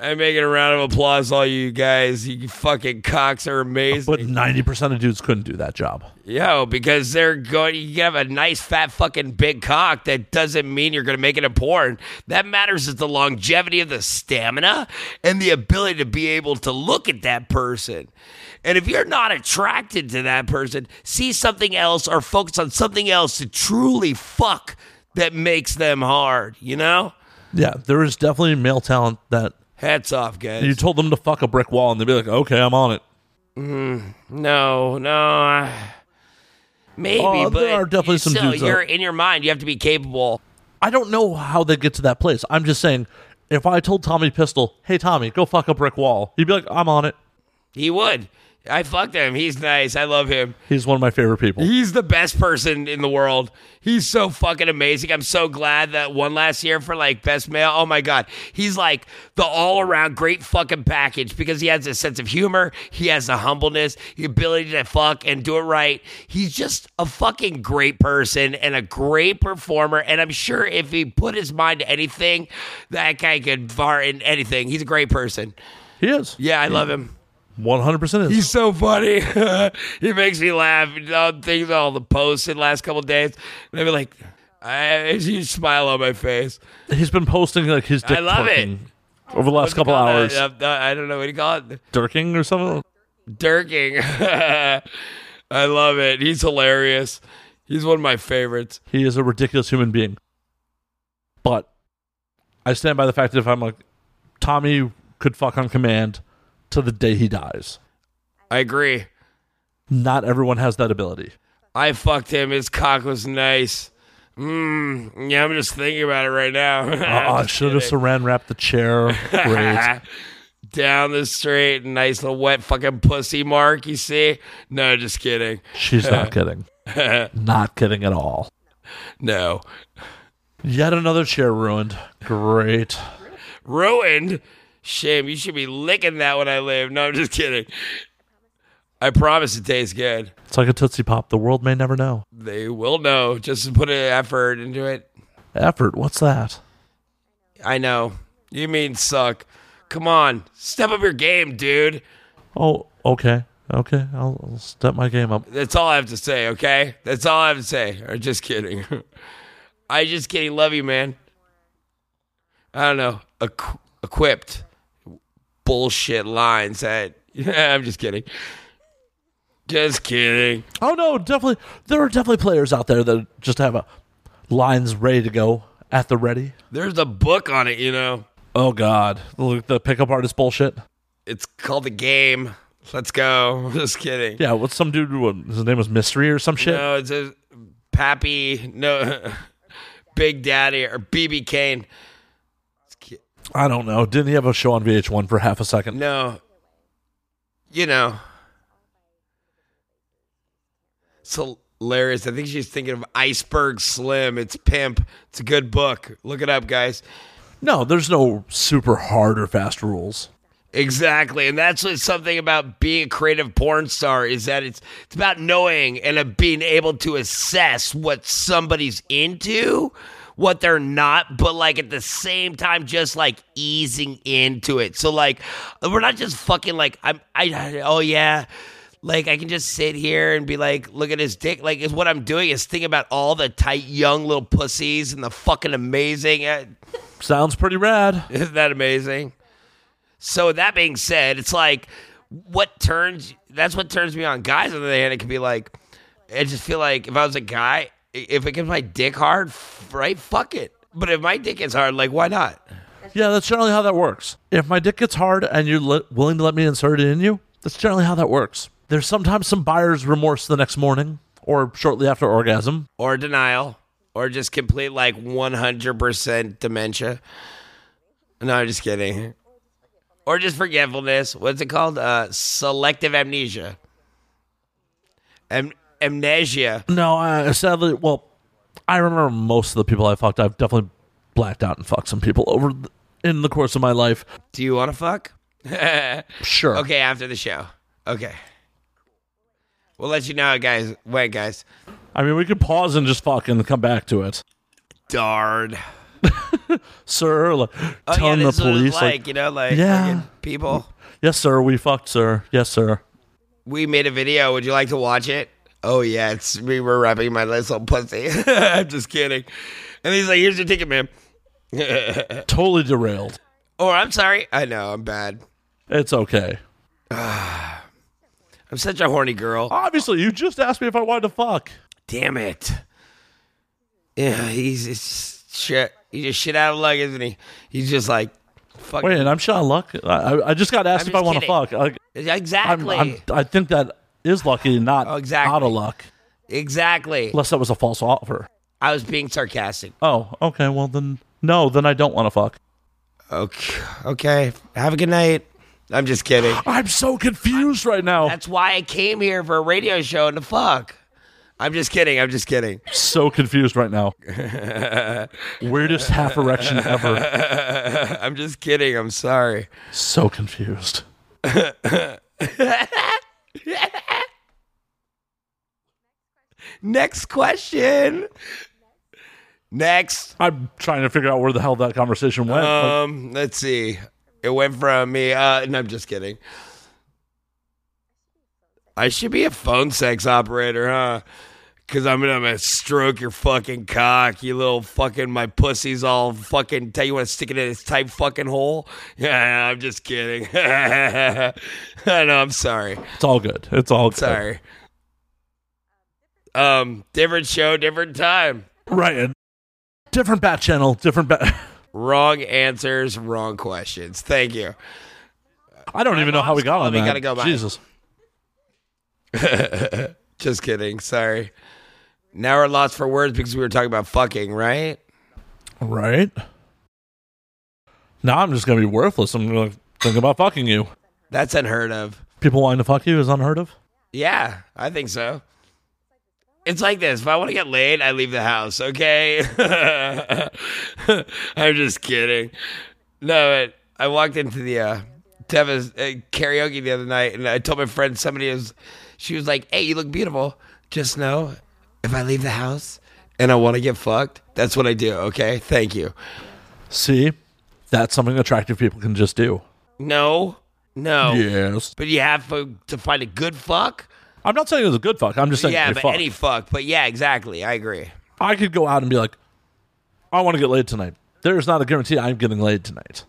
Speaker 3: I'm making a round of applause, all you guys. You fucking cocks are amazing.
Speaker 1: But ninety percent of dudes couldn't do that job.
Speaker 3: Yo, because they're going. You have a nice fat fucking big cock. That doesn't mean you're going to make it a porn. That matters is the longevity of the stamina and the ability to be able to look at that person. And if you're not attracted to that person, see something else or focus on something else to truly fuck that makes them hard. You know.
Speaker 1: Yeah, there is definitely male talent that
Speaker 3: Hats off, guys.
Speaker 1: You told them to fuck a brick wall, and they'd be like, "Okay, I'm on it."
Speaker 3: No, no. I- Maybe,
Speaker 1: Oh, there
Speaker 3: but
Speaker 1: are definitely
Speaker 3: you
Speaker 1: some
Speaker 3: still,
Speaker 1: dudes
Speaker 3: you're in your mind. You have to be capable.
Speaker 1: I don't know how they get to that place. I'm just saying, if I told Tommy Pistol, "Hey, Tommy, go fuck a brick wall," he'd be like, "I'm on it."
Speaker 3: He would. I fucked him. He's nice. I love him.
Speaker 1: He's one of my favorite people.
Speaker 3: He's the best person in the world. He's so fucking amazing. I'm so glad that one last year for like best male. Oh my god, he's like the all around great fucking package because he has a sense of humor. He has the humbleness, the ability to fuck and do it right. He's just a fucking great person and a great performer. And I'm sure if he put his mind to anything, that guy could fart in anything. He's a great person.
Speaker 1: He is
Speaker 3: Yeah, I love him.
Speaker 1: 100 percent is.
Speaker 3: He's so funny. he makes me laugh. You know, things all the posts in the last couple of days. And I'd be like, I, there's a huge smile on my face.
Speaker 1: He's been posting like his dick
Speaker 3: I love it.
Speaker 1: twerking over the last
Speaker 3: What's it
Speaker 1: couple
Speaker 3: called?
Speaker 1: hours,
Speaker 3: I, I- I don't know what he called it.
Speaker 1: dirking or something.
Speaker 3: Dirking. I love it. He's hilarious. He's one of my favorites.
Speaker 1: He is a ridiculous human being. But I stand by the fact that if I'm like, Tommy could fuck on command to the day he dies.
Speaker 3: I agree.
Speaker 1: Not everyone has that ability.
Speaker 3: I fucked him. His cock was nice. Mm, yeah, I'm just thinking about it right now.
Speaker 1: Oh, I should have saran wrapped the chair. Great.
Speaker 3: down the street. Nice little wet fucking pussy mark, you see? No, just kidding.
Speaker 1: She's not kidding. Not kidding at all.
Speaker 3: No.
Speaker 1: Yet another chair ruined. Great.
Speaker 3: Ruined? Shame. You should be licking that when I live. No, I'm just kidding. I promise it tastes good.
Speaker 1: It's like a Tootsie Pop. The world may never know.
Speaker 3: They will know. Just to put an effort into it.
Speaker 1: Effort, what's that?
Speaker 3: I know. You mean suck. Come on. Step up your game, dude.
Speaker 1: Oh, okay. Okay. I'll, I'll step my game up.
Speaker 3: That's all I have to say, okay? That's all I have to say. I'm just kidding. I just kidding. Love you, man. I don't know. Equ- equipped bullshit lines that I'm just kidding. Just kidding.
Speaker 1: Oh no, definitely. There are definitely players out there that just have a lines ready to go at the ready.
Speaker 3: There's a book on it, you know.
Speaker 1: Oh god, look the pickup artist bullshit.
Speaker 3: It's called The Game. Let's go. Just kidding.
Speaker 1: Yeah, what's some dude? What, his name was Mystery or some shit.
Speaker 3: No, it's a Pappy, no, Big Daddy, or BB Kane.
Speaker 1: I don't know. Didn't he have a show on VH1 for half a second?
Speaker 3: No. You know. It's hilarious. I think she's thinking of Iceberg Slim. It's Pimp. It's a good book. Look it up, guys.
Speaker 1: No, there's no super hard or fast rules.
Speaker 3: Exactly. And that's what's something about being a creative porn star is that it's it's about knowing and uh, being able to assess what somebody's into, what they're not, but like at the same time just like easing into it. So like we're not just fucking like I'm I oh yeah like I can just sit here and be like, look at his dick. Like, is what I'm doing is thinking about all the tight young little pussies and the fucking amazing. uh,
Speaker 1: Sounds pretty rad.
Speaker 3: isn't that amazing? So with that being said, it's like what turns that's what turns me on. Guys on the other hand, it could be like I just feel like if I was a guy, i- if it gives my dick hard, f- right, fuck it. But if my dick is hard, like why not?
Speaker 1: Yeah, that's generally how that works. If my dick gets hard and you're li- willing to let me insert it in you, that's generally how that works. There's sometimes some buyer's remorse the next morning or shortly after orgasm.
Speaker 3: Or denial. Or just complete like one hundred percent dementia. No, I'm just kidding. Or just forgetfulness. What's it called? Uh selective amnesia. Am- amnesia.
Speaker 1: No, I sadly, well, I remember most of the people I fucked. I've definitely blacked out and fucked some people over th- in the course of my life.
Speaker 3: Do you want to fuck? okay,
Speaker 1: Sure.
Speaker 3: after the show. Okay. We'll let you know, guys. Wait, guys.
Speaker 1: I mean, we could pause and just fuck and come back to it.
Speaker 3: Darn.
Speaker 1: Sir, like,
Speaker 3: Oh,
Speaker 1: telling
Speaker 3: yeah,
Speaker 1: the
Speaker 3: this is what it's
Speaker 1: police,
Speaker 3: like,
Speaker 1: like,
Speaker 3: you know, like
Speaker 1: Yeah.
Speaker 3: fucking people.
Speaker 1: yes, sir, we fucked, sir. Yes, sir.
Speaker 3: We made a video. Would you like to watch it? Oh yeah, it's we were wrapping my little pussy. I'm just kidding. And he's like, "Here's your ticket, man."
Speaker 1: Totally derailed.
Speaker 3: Or Oh, I'm sorry. I know I'm bad.
Speaker 1: It's okay.
Speaker 3: I'm such a horny girl.
Speaker 1: Obviously, you just asked me if I wanted to fuck.
Speaker 3: Damn it. Yeah, he's it's shit. He's just shit out of luck, isn't he? He's just like, Fuck.
Speaker 1: Wait, and I'm Sean Luck. I, I, I just got asked
Speaker 3: I'm
Speaker 1: if I
Speaker 3: just
Speaker 1: want to
Speaker 3: kidding.
Speaker 1: fuck. Like, I'm,
Speaker 3: exactly.
Speaker 1: I'm, I think that is lucky, not
Speaker 3: Oh, exactly.
Speaker 1: out of luck.
Speaker 3: exactly.
Speaker 1: Unless that was a false offer.
Speaker 3: I was being sarcastic.
Speaker 1: Oh, okay. Well, then no. Then I don't want to fuck.
Speaker 3: Okay. Okay. Have a good night. I'm just kidding.
Speaker 1: I'm so confused right now.
Speaker 3: That's why I came here for a radio show and to fuck. I'm just kidding. I'm just kidding.
Speaker 1: so confused right now. Weirdest half erection ever.
Speaker 3: I'm just kidding. I'm sorry.
Speaker 1: So confused.
Speaker 3: Next question. Next.
Speaker 1: I'm trying to figure out where the hell that conversation went. Like,
Speaker 3: Um, let's see. It went from me. Uh, no, I'm just kidding. I should be a phone sex operator, huh? Cause I'm gonna, I'm gonna stroke your fucking cock, you little fucking. My pussy's all fucking. Tell you want to stick it in its tight fucking hole? Yeah, I'm just kidding. I know. I'm sorry.
Speaker 1: it's all good. It's all good.
Speaker 3: Sorry. Um, different show, different time.
Speaker 1: Ryan. Different bat channel. Different bat.
Speaker 3: Wrong answers, wrong questions. Thank you.
Speaker 1: I don't even know how we got on
Speaker 3: mom's
Speaker 1: that.
Speaker 3: calling me, gotta go, bye.
Speaker 1: Jesus.
Speaker 3: Just kidding. Sorry. Now we're lost for words because we were talking about fucking, right?
Speaker 1: Right. Now I'm just gonna be worthless. I'm gonna think about fucking you.
Speaker 3: That's unheard of.
Speaker 1: People wanting to fuck you is unheard of.
Speaker 3: Yeah, I think so. It's like this. If I want to get laid, I leave the house, okay? I'm just kidding. No, it, I walked into the uh, Deva's uh, karaoke the other night and I told my friend somebody was, she was like, hey, you look beautiful. Just know if I leave the house and I want to get fucked, that's what I do, okay? Thank you.
Speaker 1: See, that's something attractive people can just do.
Speaker 3: No, no.
Speaker 1: Yes.
Speaker 3: But you have to, to find a good fuck.
Speaker 1: I'm not saying it was a good fuck. I'm just saying
Speaker 3: yeah,
Speaker 1: they
Speaker 3: but
Speaker 1: fucked.
Speaker 3: any fuck. But yeah, exactly. I agree.
Speaker 1: I could go out and be like, I want to get laid tonight. There's not a guarantee I'm getting laid tonight.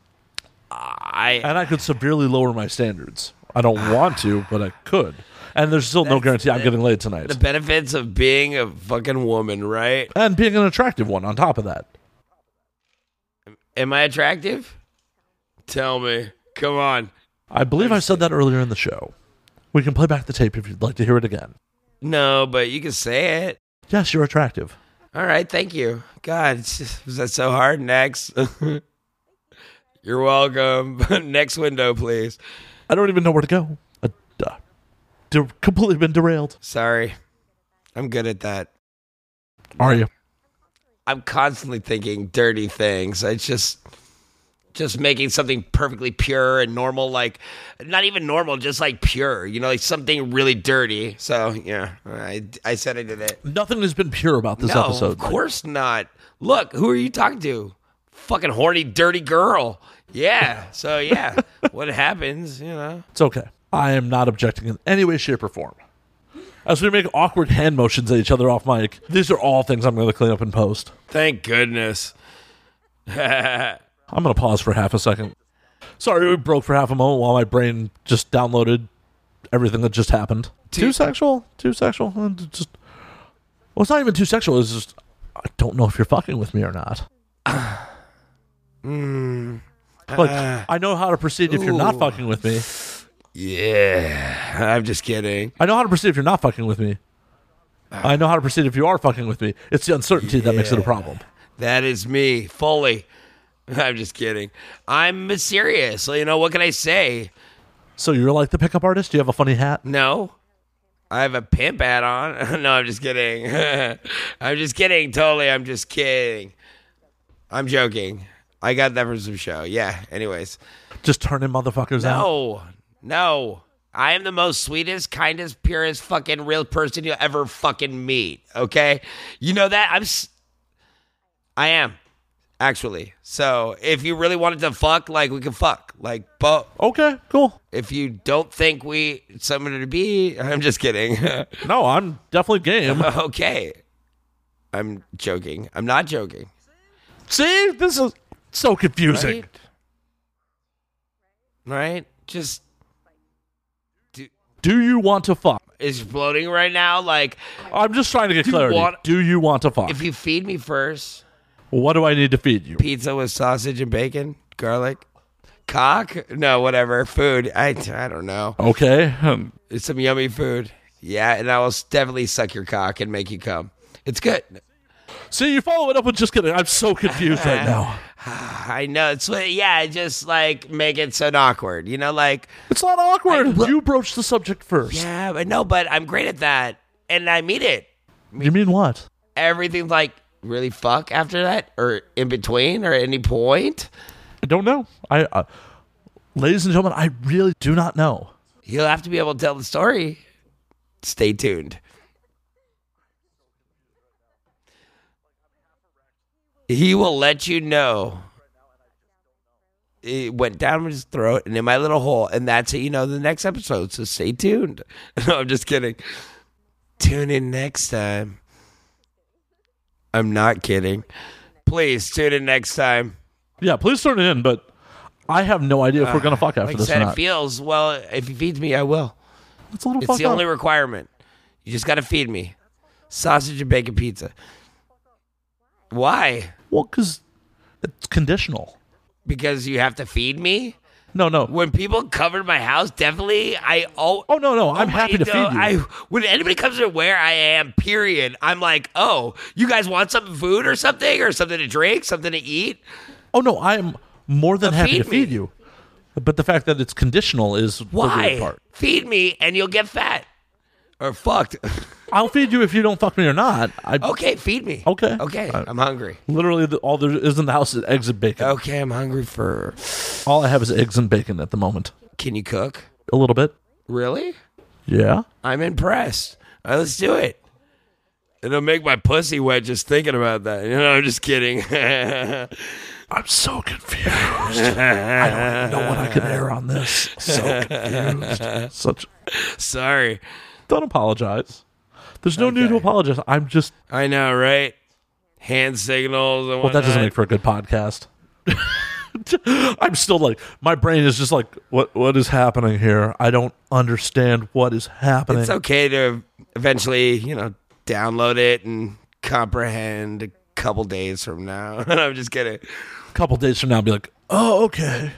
Speaker 3: I
Speaker 1: And I could severely lower my standards. I don't want to, but I could. And there's still no guarantee I'm getting laid tonight.
Speaker 3: the benefits of being a fucking woman, right?
Speaker 1: and being an attractive one on top of that.
Speaker 3: Am I attractive? Tell me. Come on.
Speaker 1: I believe I said that earlier in the show. We can play back the tape if you'd like to hear it again.
Speaker 3: No, but you can say it.
Speaker 1: Yes, you're attractive.
Speaker 3: All right, thank you. God, it's just- was that so hard? Next. You're welcome. Next window, please.
Speaker 1: I don't even know where to go. Uh, duh. De- completely been derailed.
Speaker 3: Sorry. I'm good at that.
Speaker 1: Are you?
Speaker 3: I'm constantly thinking dirty things. It's just just making something perfectly pure and normal, like not even normal, just like pure. You know, like something really dirty. So yeah, I I said I did it.
Speaker 1: Nothing has been pure about this
Speaker 3: no,
Speaker 1: episode.
Speaker 3: of course not. Look, who are you talking to? Fucking horny, dirty girl. Yeah. So yeah, what happens? You know.
Speaker 1: It's okay. I am not objecting in any way, shape, or form. As we make awkward hand motions at each other off mic, these are all things I'm going to clean up and post.
Speaker 3: Thank goodness.
Speaker 1: I'm going to pause for half a second. Sorry, we broke for half a moment while my brain just downloaded everything that just happened. Too sexual? Too sexual? Uh, d- Just well, it's not even too sexual. It's just I don't know if you're fucking with me or not. Like I know how to proceed if you're not
Speaker 3: Hmm. Uh. ooh.
Speaker 1: fucking with me.
Speaker 3: Yeah. I'm just kidding.
Speaker 1: I know how to proceed if you're not fucking with me.
Speaker 3: Ah.
Speaker 1: I know how to proceed if you are fucking with me. It's the uncertainty that makes it a problem.
Speaker 3: That is me fully. I'm just kidding. I'm serious. You know what can I say?
Speaker 1: So you're like the pickup artist? Do you have a funny hat?
Speaker 3: No, I have a pimp hat on. no, I'm just kidding. I'm just kidding. Totally, I'm just kidding. I'm joking. I got that from some show. Yeah. Anyways,
Speaker 1: Just turning motherfuckers out?
Speaker 3: no, no. I am the most sweetest, kindest, purest, fucking real person you'll ever fucking meet. Okay, you know that I'm. S- I am actually. So if you really wanted to fuck, like we can fuck. Like, but
Speaker 1: Okay, cool.
Speaker 3: if you don't think we someone to be, I'm just kidding.
Speaker 1: No, I'm definitely game.
Speaker 3: okay, I'm joking. I'm not joking.
Speaker 1: See, this is so confusing.
Speaker 3: Right? Right? Just
Speaker 1: Do you want to fuck?
Speaker 3: is floating right now. Like,
Speaker 1: I'm just trying to get
Speaker 3: you
Speaker 1: clarity.
Speaker 3: want-
Speaker 1: do you want to fuck?
Speaker 3: if you feed me first,
Speaker 1: what do I need to feed you?
Speaker 3: pizza with sausage and bacon, garlic. cock? No, whatever. Food. I, I don't know.
Speaker 1: Okay. Um,
Speaker 3: It's some yummy food. Yeah, and I will definitely suck your cock and make you come. It's good.
Speaker 1: See, you follow it up with just kidding. I'm so confused right now.
Speaker 3: I know. It's yeah. Just like make it so awkward. You know, like
Speaker 1: It's not awkward. you broached the subject first.
Speaker 3: yeah, but no. But I'm great at that, and I mean it.
Speaker 1: You mean what?
Speaker 3: Everything's like really fuck after that, or in between, or any point.
Speaker 1: I don't know. I, uh, ladies and gentlemen, I really do not know.
Speaker 3: You'll have to be able to tell the story. Stay tuned. He will let you know. It went down his throat and in my little hole, and that's it. You know the next episode, so stay tuned. No, I'm just kidding. Tune in next time. I'm not kidding. Please tune in next time.
Speaker 1: Yeah, please turn it in. But I have no idea if we're gonna fuck after
Speaker 3: Uh, Like I
Speaker 1: this
Speaker 3: said,
Speaker 1: or
Speaker 3: it
Speaker 1: not.
Speaker 3: feels well. If he feeds me, I will.
Speaker 1: it's a little
Speaker 3: It's
Speaker 1: fucked
Speaker 3: the only
Speaker 1: up.
Speaker 3: requirement. You just got to feed me sausage and bacon pizza. Why?
Speaker 1: Well, because it's conditional.
Speaker 3: Because you have to feed me.
Speaker 1: No, no.
Speaker 3: When people covered my house, definitely I oh
Speaker 1: Oh no, no. I'm
Speaker 3: my-
Speaker 1: happy to
Speaker 3: no,
Speaker 1: feed you.
Speaker 3: I when anybody comes to where I am, period, I'm like, oh, you guys want some food or something or something to drink, something to eat.
Speaker 1: oh no, I am more than happy
Speaker 3: Uh, feed
Speaker 1: to feed
Speaker 3: me.
Speaker 1: you. But the fact that it's conditional is the weird
Speaker 3: Why?
Speaker 1: part.
Speaker 3: Feed me and you'll get fat or fucked.
Speaker 1: I'll feed you if you don't fuck me or not. I
Speaker 3: okay, feed me.
Speaker 1: Okay.
Speaker 3: okay,
Speaker 1: Uh,
Speaker 3: I'm hungry.
Speaker 1: literally the, all there is in the house is eggs and bacon.
Speaker 3: Okay, I'm hungry for.
Speaker 1: All I have is eggs and bacon at the moment.
Speaker 3: Can you cook?
Speaker 1: A little bit.
Speaker 3: Really?
Speaker 1: Yeah.
Speaker 3: I'm impressed. All right, let's do it. It'll make my pussy wet just thinking about that. You know, I'm just kidding.
Speaker 1: I'm so confused. I don't even know what I could air on this. So confused. Such.
Speaker 3: Sorry.
Speaker 1: Don't apologize. There's no need to apologize. I'm just.
Speaker 3: I know, right? Hand signals and
Speaker 1: Well, that doesn't
Speaker 3: whatnot.
Speaker 1: make for a good podcast. I'm still like my brain is just like what what is happening here? I don't understand what is happening.
Speaker 3: It's okay to eventually, you know, download it and comprehend a couple days from now. I'm just kidding.
Speaker 1: a couple days from now, I'll be like, oh okay.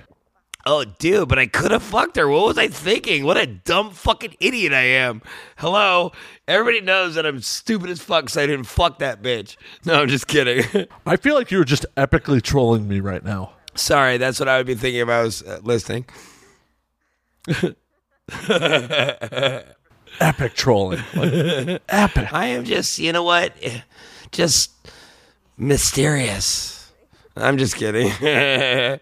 Speaker 3: Oh, dude, but I could have fucked her. What was I thinking? What a dumb fucking idiot I am. Hello? Everybody knows that I'm stupid as fuck, so I didn't fuck that bitch. No, I'm just kidding.
Speaker 1: I feel like you're just epically trolling me right now.
Speaker 3: Sorry, that's what I would be thinking if I was uh, listening.
Speaker 1: Epic trolling. Like, epic.
Speaker 3: I am just, you know what? Eh, Just mysterious. I'm just kidding.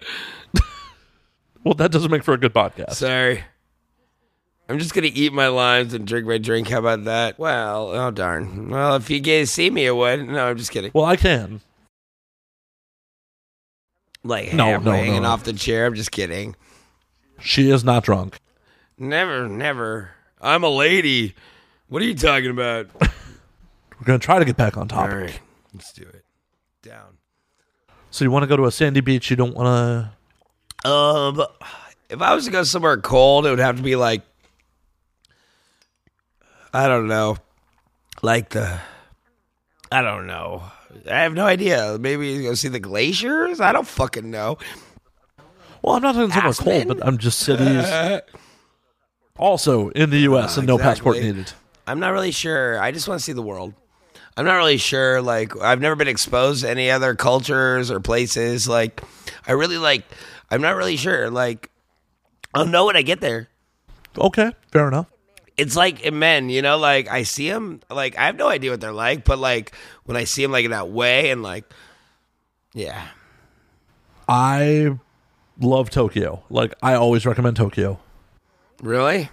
Speaker 1: Well, that doesn't make for a good podcast.
Speaker 3: Sorry. I'm just going to eat my limes and drink my drink. How about that? Well, oh, darn. Well, if you guys see me, it would. No, I'm just kidding.
Speaker 1: Well, I can.
Speaker 3: Like,
Speaker 1: No,
Speaker 3: half
Speaker 1: no, no,
Speaker 3: hanging
Speaker 1: no.
Speaker 3: off the chair. I'm just kidding.
Speaker 1: She is not drunk.
Speaker 3: Never, never. I'm a lady. What are you talking about?
Speaker 1: We're going to try to get back on
Speaker 3: All
Speaker 1: topic.
Speaker 3: right, let's do it. Down.
Speaker 1: So you want to go to a sandy beach? You don't want to.
Speaker 3: Um, if I was to go somewhere cold, it would have to be like, I don't know, like the, I don't know. I have no idea. Maybe go see the glaciers. I don't fucking know.
Speaker 1: Well, I'm not talking somewhere cold,
Speaker 3: Aspen?
Speaker 1: but I'm just cities. also in the U.S. and no passport
Speaker 3: exactly.
Speaker 1: needed.
Speaker 3: I'm not really sure. I just want to see the world. I'm not really sure. Like, I've never been exposed to any other cultures or places. Like, I really like. I'm not really sure. Like, I'll know when I get there.
Speaker 1: Okay, fair enough.
Speaker 3: it's like in men, you know, like I see them, like I have no idea what they're like, but like when I see them like in that way and like, yeah,
Speaker 1: I love Tokyo. Like I always recommend Tokyo.
Speaker 3: really,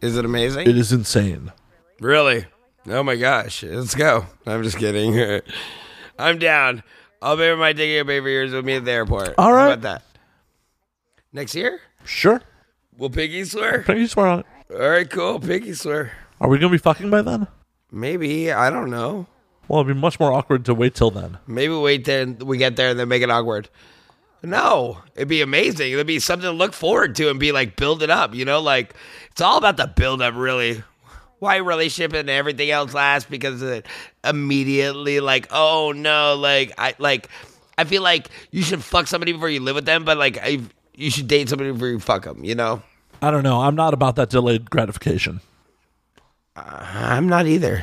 Speaker 3: is it amazing?
Speaker 1: It is insane.
Speaker 3: really, oh my gosh, let's go. I'm just kidding. I'm down. I'll be with my digging up baby ears with me at the airport.
Speaker 1: All
Speaker 3: How
Speaker 1: right.
Speaker 3: about that? Next year,
Speaker 1: Sure.
Speaker 3: will Piggy swear?
Speaker 1: Can you swear on it?
Speaker 3: All right, cool. Piggy swear.
Speaker 1: Are we gonna be fucking by then?
Speaker 3: Maybe I don't know.
Speaker 1: Well, it'd be much more awkward to wait till then.
Speaker 3: Maybe we wait there and we get there and then make it awkward. No, it'd be amazing. It'd be something to look forward to and be like build it up, you know, like it's all about the build up really. Why relationship and everything else last because it immediately like, oh no, like I like I feel like you should fuck somebody before you live with them, but like I you should date somebody before you fuck them. You know,
Speaker 1: I don't know. I'm not about that delayed gratification.
Speaker 3: I'm not either.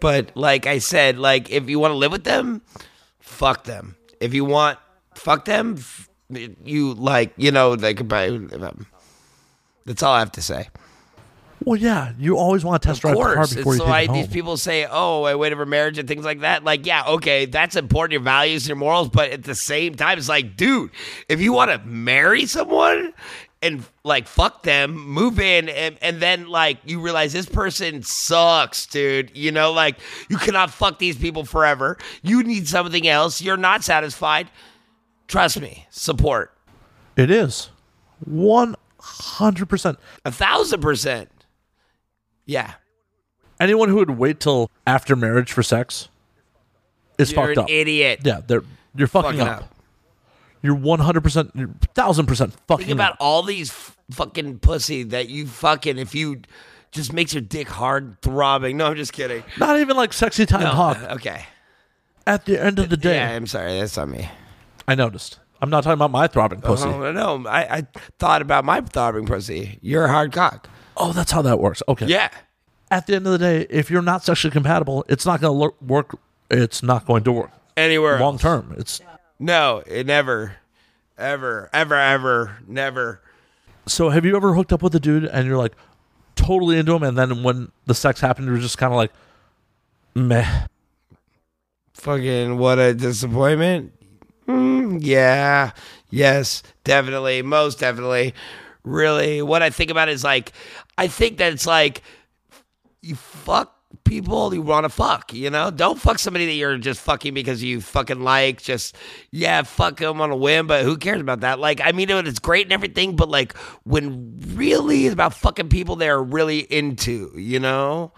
Speaker 3: But like I said, like if you want to live with them, fuck them. If you want fuck them, f- you like you know they could probably live them. That's all I have to say.
Speaker 1: Well, yeah, you always want to test drive the car
Speaker 3: course.
Speaker 1: before
Speaker 3: It's
Speaker 1: you take
Speaker 3: why
Speaker 1: it home.
Speaker 3: these people say, "Oh, I waited for marriage and things like that." Like, yeah, okay, that's important your values, your morals, but at the same time, it's like, dude, if you want to marry someone and like fuck them, move in, and, and then like you realize this person sucks, dude. You know, like you cannot fuck these people forever. You need something else. You're not satisfied. Trust me. Support
Speaker 1: It is one hundred percent.
Speaker 3: a thousand percent. Yeah,
Speaker 1: Anyone who would wait till after marriage for sex is
Speaker 3: you're
Speaker 1: fucked
Speaker 3: an
Speaker 1: up.
Speaker 3: idiot.
Speaker 1: Yeah, they're you're fucking,
Speaker 3: Fucking
Speaker 1: up.
Speaker 3: up.
Speaker 1: You're one hundred percent, thousand percent fucking
Speaker 3: Think about
Speaker 1: up.
Speaker 3: all these f- fucking pussy that you fucking if you just makes your dick hard throbbing. No, I'm just kidding.
Speaker 1: Not even like sexy time
Speaker 3: No, uh,
Speaker 1: hawk.
Speaker 3: Okay.
Speaker 1: At the end of the day,
Speaker 3: Yeah, I'm sorry. That's not me.
Speaker 1: I noticed. I'm not talking about my throbbing pussy.
Speaker 3: Oh, no, I, I thought about my throbbing pussy. You're a hard cock.
Speaker 1: Oh, that's how that works. Okay.
Speaker 3: Yeah.
Speaker 1: At the end of the day, if you're not sexually compatible, it's not going to lo- work. It's not going to work
Speaker 3: Anywhere.
Speaker 1: long
Speaker 3: else.
Speaker 1: term. It's
Speaker 3: No, it never, ever, ever, ever, never.
Speaker 1: so. Have you ever hooked up with a dude and you're like totally into him, and then when the sex happened, you're just kind of like, meh.
Speaker 3: Fucking what a disappointment. Mm, yeah. Yes. Definitely. Most definitely. Really. What I think about is like, I think that it's like, you fuck people you want to fuck, you know? Don't fuck somebody that you're just fucking because you fucking like. Just, yeah, fuck them on a whim, but who cares about that? Like, I mean, it's great and everything, but like, when really it's about fucking people they're really into, you know?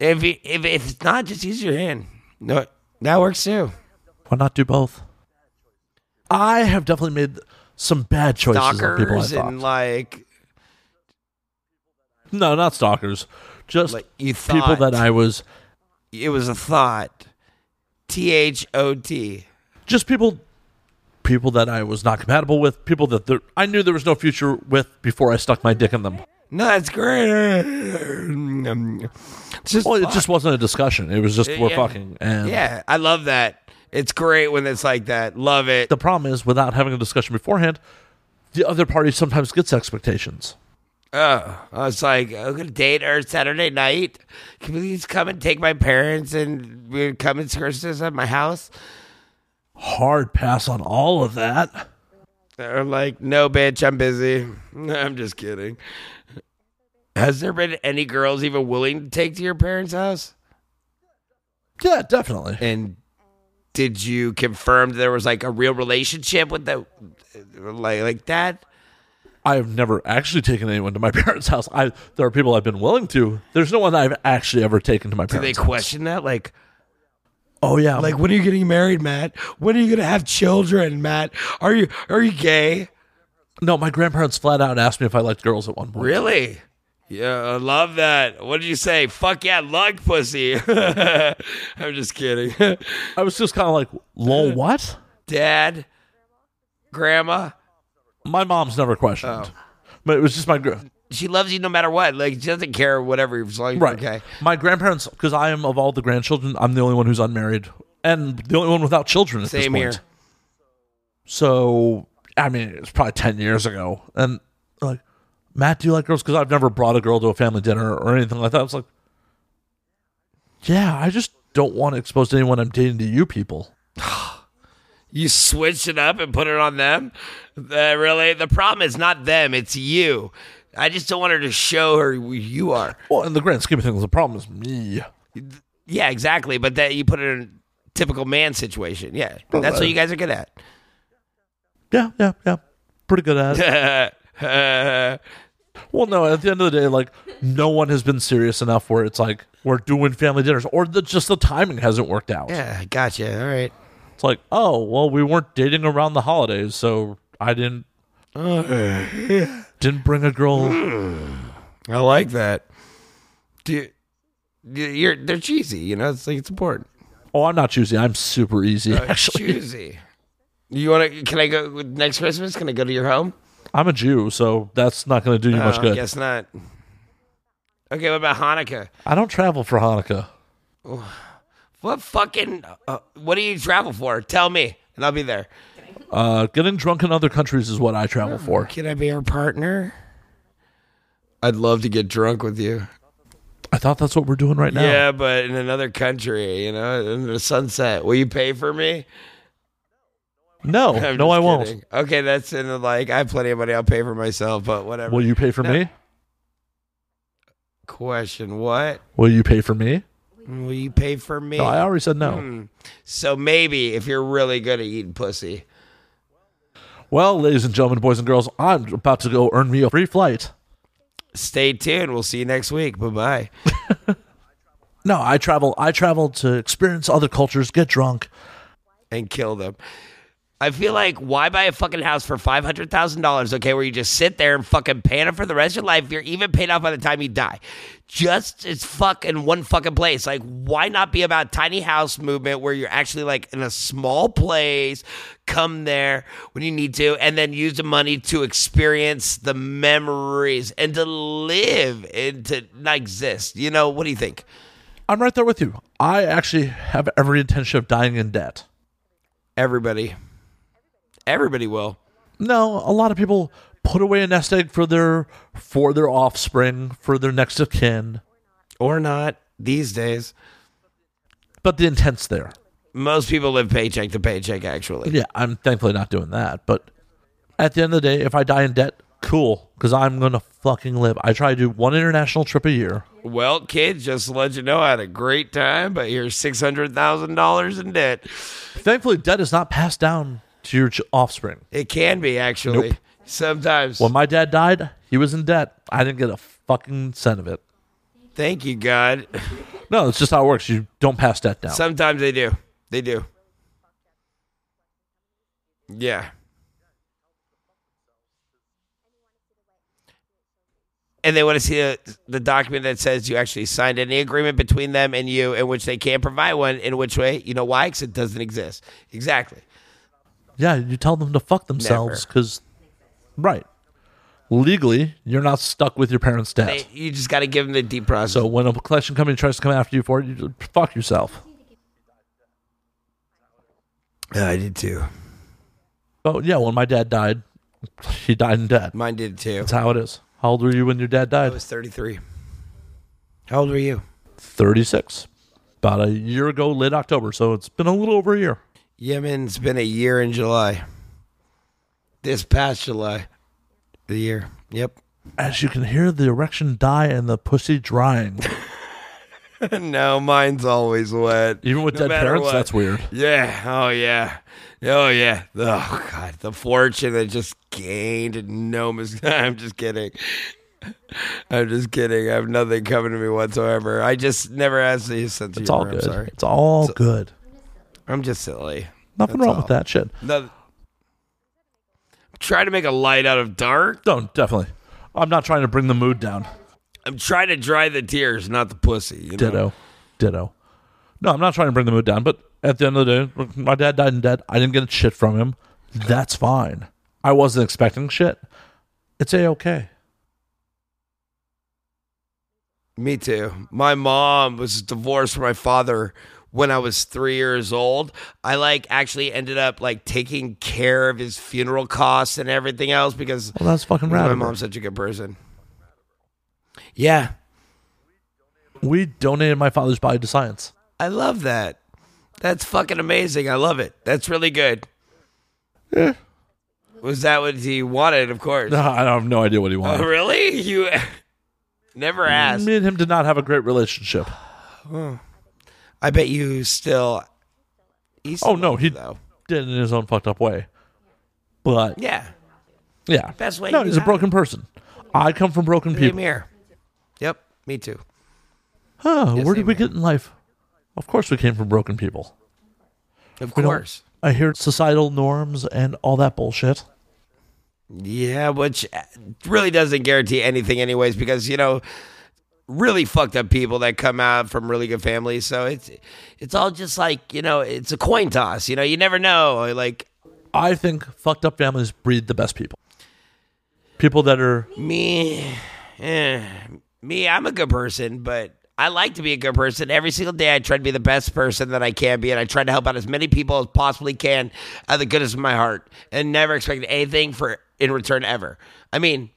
Speaker 3: If, you- if, if it's not, just use your hand. No, that works too.
Speaker 1: Why not do both? I have definitely made some bad choices on people. I
Speaker 3: Stalkers
Speaker 1: thought.
Speaker 3: and like,
Speaker 1: no, not stalkers. Just
Speaker 3: like you thought
Speaker 1: people that I was.
Speaker 3: it was a thought. T H O T.
Speaker 1: just people people that I was not compatible with, people that there, I knew there was no future with before I stuck my dick in them.
Speaker 3: No, that's great. It's just
Speaker 1: Well, it
Speaker 3: fuck.
Speaker 1: just wasn't a discussion. It was just we're
Speaker 3: Yeah.
Speaker 1: fucking and
Speaker 3: yeah. I love that. It's great when it's like that. Love it.
Speaker 1: the problem is without having a discussion beforehand, the other party sometimes gets expectations.
Speaker 3: Oh, I was like, I'm gonna date her Saturday night. Can you please come and take my parents and we come and Christmas at my house?
Speaker 1: Hard pass on all of that.
Speaker 3: They're like, no, bitch, I'm busy. I'm just kidding. Has there been any girls even willing to take to your parents' house?
Speaker 1: Yeah, definitely.
Speaker 3: And did you confirm there was like a real relationship with the like like that?
Speaker 1: I've never actually taken anyone to my parents' house. I there are people I've been willing to. There's no one I've actually ever taken to my
Speaker 3: Do they
Speaker 1: parents' house.
Speaker 3: question that? Like,
Speaker 1: Oh yeah.
Speaker 3: like when are you getting married, Matt? When are you gonna have children, Matt? Are you are you gay?
Speaker 1: no, my grandparents flat out asked me if I liked girls at one point.
Speaker 3: Really? Yeah, I love that. What did you say? Fuck yeah, lug pussy. I'm just kidding.
Speaker 1: I was just kind of like, lol, what?
Speaker 3: Dad, grandma,
Speaker 1: My mom's never
Speaker 3: Oh.
Speaker 1: questioned. But it was just my gr-
Speaker 3: she loves you no matter what. Like she doesn't care whatever as long as you're
Speaker 1: right.
Speaker 3: okay.
Speaker 1: My grandparents, because I am of all the grandchildren, I'm the only one who's unmarried and the only one without children at
Speaker 3: Same
Speaker 1: this
Speaker 3: here.
Speaker 1: point. So I mean, it's probably ten years ago, and like, Matt, do you like girls? Because I've never brought a girl to a family dinner or anything like that. I was like, yeah, I just don't want to expose anyone I'm dating to you people.
Speaker 3: You switched it up and put it on them. Uh, really, the problem is not them; it's you. I just don't want her to show her who you are.
Speaker 1: Well, in the grand scheme of things, the problem is me.
Speaker 3: Yeah, exactly. But that you put it in a typical man situation. Yeah, that's what you guys are good at.
Speaker 1: Yeah, yeah, yeah. Pretty good at it. Well, no. At the end of the day, like no one has been serious enough where it's like we're doing family dinners, or the, just the timing hasn't worked out.
Speaker 3: yeah, gotcha. All right.
Speaker 1: It's like, oh, well, we weren't dating around the holidays, so I didn't didn't bring a girl.
Speaker 3: I like that. Dude, you're they're cheesy, you know. It's like it's important.
Speaker 1: Oh, I'm not choosy. I'm super easy, actually.
Speaker 3: Cheesy. You want to? Can I go next Christmas? Can I go to your home?
Speaker 1: I'm a Jew, so that's not going to do you much
Speaker 3: Oh,
Speaker 1: good.
Speaker 3: Guess not. Okay, what about Hanukkah?
Speaker 1: I don't travel for Hanukkah.
Speaker 3: What fucking? Uh, what do you travel for? Tell me, and I'll be there.
Speaker 1: Uh, getting drunk in other countries is what I travel for.
Speaker 3: Can I be your partner? I'd love to get drunk with you.
Speaker 1: I thought that's what we're doing right now.
Speaker 3: Yeah, but in another country, you know, in the sunset. Will you pay for me?
Speaker 1: No,
Speaker 3: I'm
Speaker 1: no,
Speaker 3: just
Speaker 1: I won't.
Speaker 3: kidding. Okay, that's in the like. I have plenty of money. I'll pay for myself, but whatever.
Speaker 1: Will you pay for me?
Speaker 3: Question: What
Speaker 1: Will you pay for me?
Speaker 3: will you pay for me?
Speaker 1: No, I already said
Speaker 3: Hmm.
Speaker 1: no.
Speaker 3: so maybe if you're really good at eating pussy,
Speaker 1: Well, ladies and gentlemen, boys and girls, I'm about to go earn me a free flight.
Speaker 3: stay tuned. We'll see you next week. Bye bye.
Speaker 1: No, I travel. I travel to experience other cultures, get drunk.
Speaker 3: and kill them. I feel like why buy a fucking house for five hundred thousand dollars? Okay, where you just sit there and fucking pan it for the rest of your life. You're even paid off by the time you die. Just it's fucking one fucking place. Like why not be about tiny house movement where you're actually like in a small place, come there when you need to, and then use the money to experience the memories and to live and to not exist. You know what do you think?
Speaker 1: I'm right there with you. I actually have every intention of dying in debt.
Speaker 3: Everybody, everybody will.
Speaker 1: No, a lot of people put away a nest egg for their for their offspring, for their next of kin,
Speaker 3: or not these days.
Speaker 1: but the intent's there.
Speaker 3: Most people live paycheck to paycheck, actually.
Speaker 1: Yeah, I'm thankfully not doing that. But at the end of the day, if I die in debt, cool, because I'm gonna fucking live. I try to do one international trip a year.
Speaker 3: Well, kids, just to let you know, I had a great time, but you're $600,000 in debt.
Speaker 1: Thankfully, debt is not passed down to your ch- offspring.
Speaker 3: It can be, actually.
Speaker 1: Nope.
Speaker 3: Sometimes.
Speaker 1: When my dad died, he was in debt. I didn't get a fucking cent of it.
Speaker 3: Thank you, God.
Speaker 1: No, it's just how it works. You don't pass debt
Speaker 3: Oh.
Speaker 1: down.
Speaker 3: Sometimes they do. They do. Yeah. And they want to see the, the document that says you actually signed any agreement between them and you in which they can't provide one, in which way, you know why? Because it doesn't exist. Exactly.
Speaker 1: Yeah, you tell them to fuck themselves because, right, legally you're not stuck with your parents' debt.
Speaker 3: They- you just got to give them the deep process.
Speaker 1: so when a collection company tries to come after you for it, you just fuck yourself.
Speaker 3: Yeah, I did too.
Speaker 1: But yeah, when my dad died, he died in debt.
Speaker 3: Mine did too.
Speaker 1: That's how it is. How old were you when your dad
Speaker 3: I
Speaker 1: died?
Speaker 3: was 33. How old were you?
Speaker 1: Thirty-six. About a year ago, late October. So it's been a little over a year.
Speaker 3: Yemen's been a year in July. This past July. The year. Yep.
Speaker 1: As you can hear, the erection die and the pussy drying.
Speaker 3: no, mine's always wet.
Speaker 1: Even with
Speaker 3: No
Speaker 1: dead
Speaker 3: matter
Speaker 1: parents,
Speaker 3: what.
Speaker 1: that's weird.
Speaker 3: Yeah. Oh, yeah. Oh, yeah. Oh, God. The fortune that just gained and no mis- I'm just kidding. I'm just kidding. I have nothing coming to me whatsoever. I just never asked these sense
Speaker 1: It's all
Speaker 3: I'm
Speaker 1: good.
Speaker 3: sorry.
Speaker 1: It's all good.
Speaker 3: I'm just silly.
Speaker 1: Nothing
Speaker 3: that's
Speaker 1: wrong
Speaker 3: all.
Speaker 1: with that shit.
Speaker 3: No. Try to make a light out of dark.
Speaker 1: Don't definitely. I'm not trying to bring the mood down.
Speaker 3: I'm trying to dry the tears, not the pussy. You know?
Speaker 1: Ditto. Ditto. No, I'm not trying to bring the mood down, but at the end of the day, my dad died in debt. I didn't get a shit from him. That's fine. I wasn't expecting shit. It's a okay.
Speaker 3: Me too. My mom was divorced from my father when I was three years old. I like actually ended up like taking care of his funeral costs and everything else because
Speaker 1: Well, that's fucking
Speaker 3: my
Speaker 1: rad.
Speaker 3: mom's such a good person. Yeah,
Speaker 1: We donated my father's body to science.
Speaker 3: I love that. That's fucking amazing. I love it. That's really good. Was that what he wanted? Of course.
Speaker 1: I have no idea what he wanted.
Speaker 3: Oh, really? You never asked.
Speaker 1: Me and him did not have a great relationship.
Speaker 3: I bet you still. He's
Speaker 1: Oh, no, he-
Speaker 3: though.
Speaker 1: Did it in his own fucked up way. But
Speaker 3: Yeah,
Speaker 1: yeah,
Speaker 3: Best way
Speaker 1: No,
Speaker 3: you
Speaker 1: he's a
Speaker 3: have
Speaker 1: broken person. I come from broken
Speaker 3: same
Speaker 1: people.
Speaker 3: here. Yep, me too.
Speaker 1: Huh, where
Speaker 3: same
Speaker 1: did we
Speaker 3: here.
Speaker 1: get in life? Of course, we came from broken people.
Speaker 3: Of
Speaker 1: We don't-
Speaker 3: course.
Speaker 1: I hear societal norms and all that bullshit.
Speaker 3: Yeah, which uh, really doesn't guarantee anything, anyways, because you know, really fucked up people that come out from really good families. So it's it's all just like you know, it's a coin toss. You know, you never know. Like
Speaker 1: I think fucked up families breed the best people. People that are
Speaker 3: Me, eh, me, I'm a good person, but I like to be a good person. Every single day, I try to be the best person that I can be, and I try to help out as many people as possibly can out of the goodness of my heart, and never expect anything for in return ever. I mean,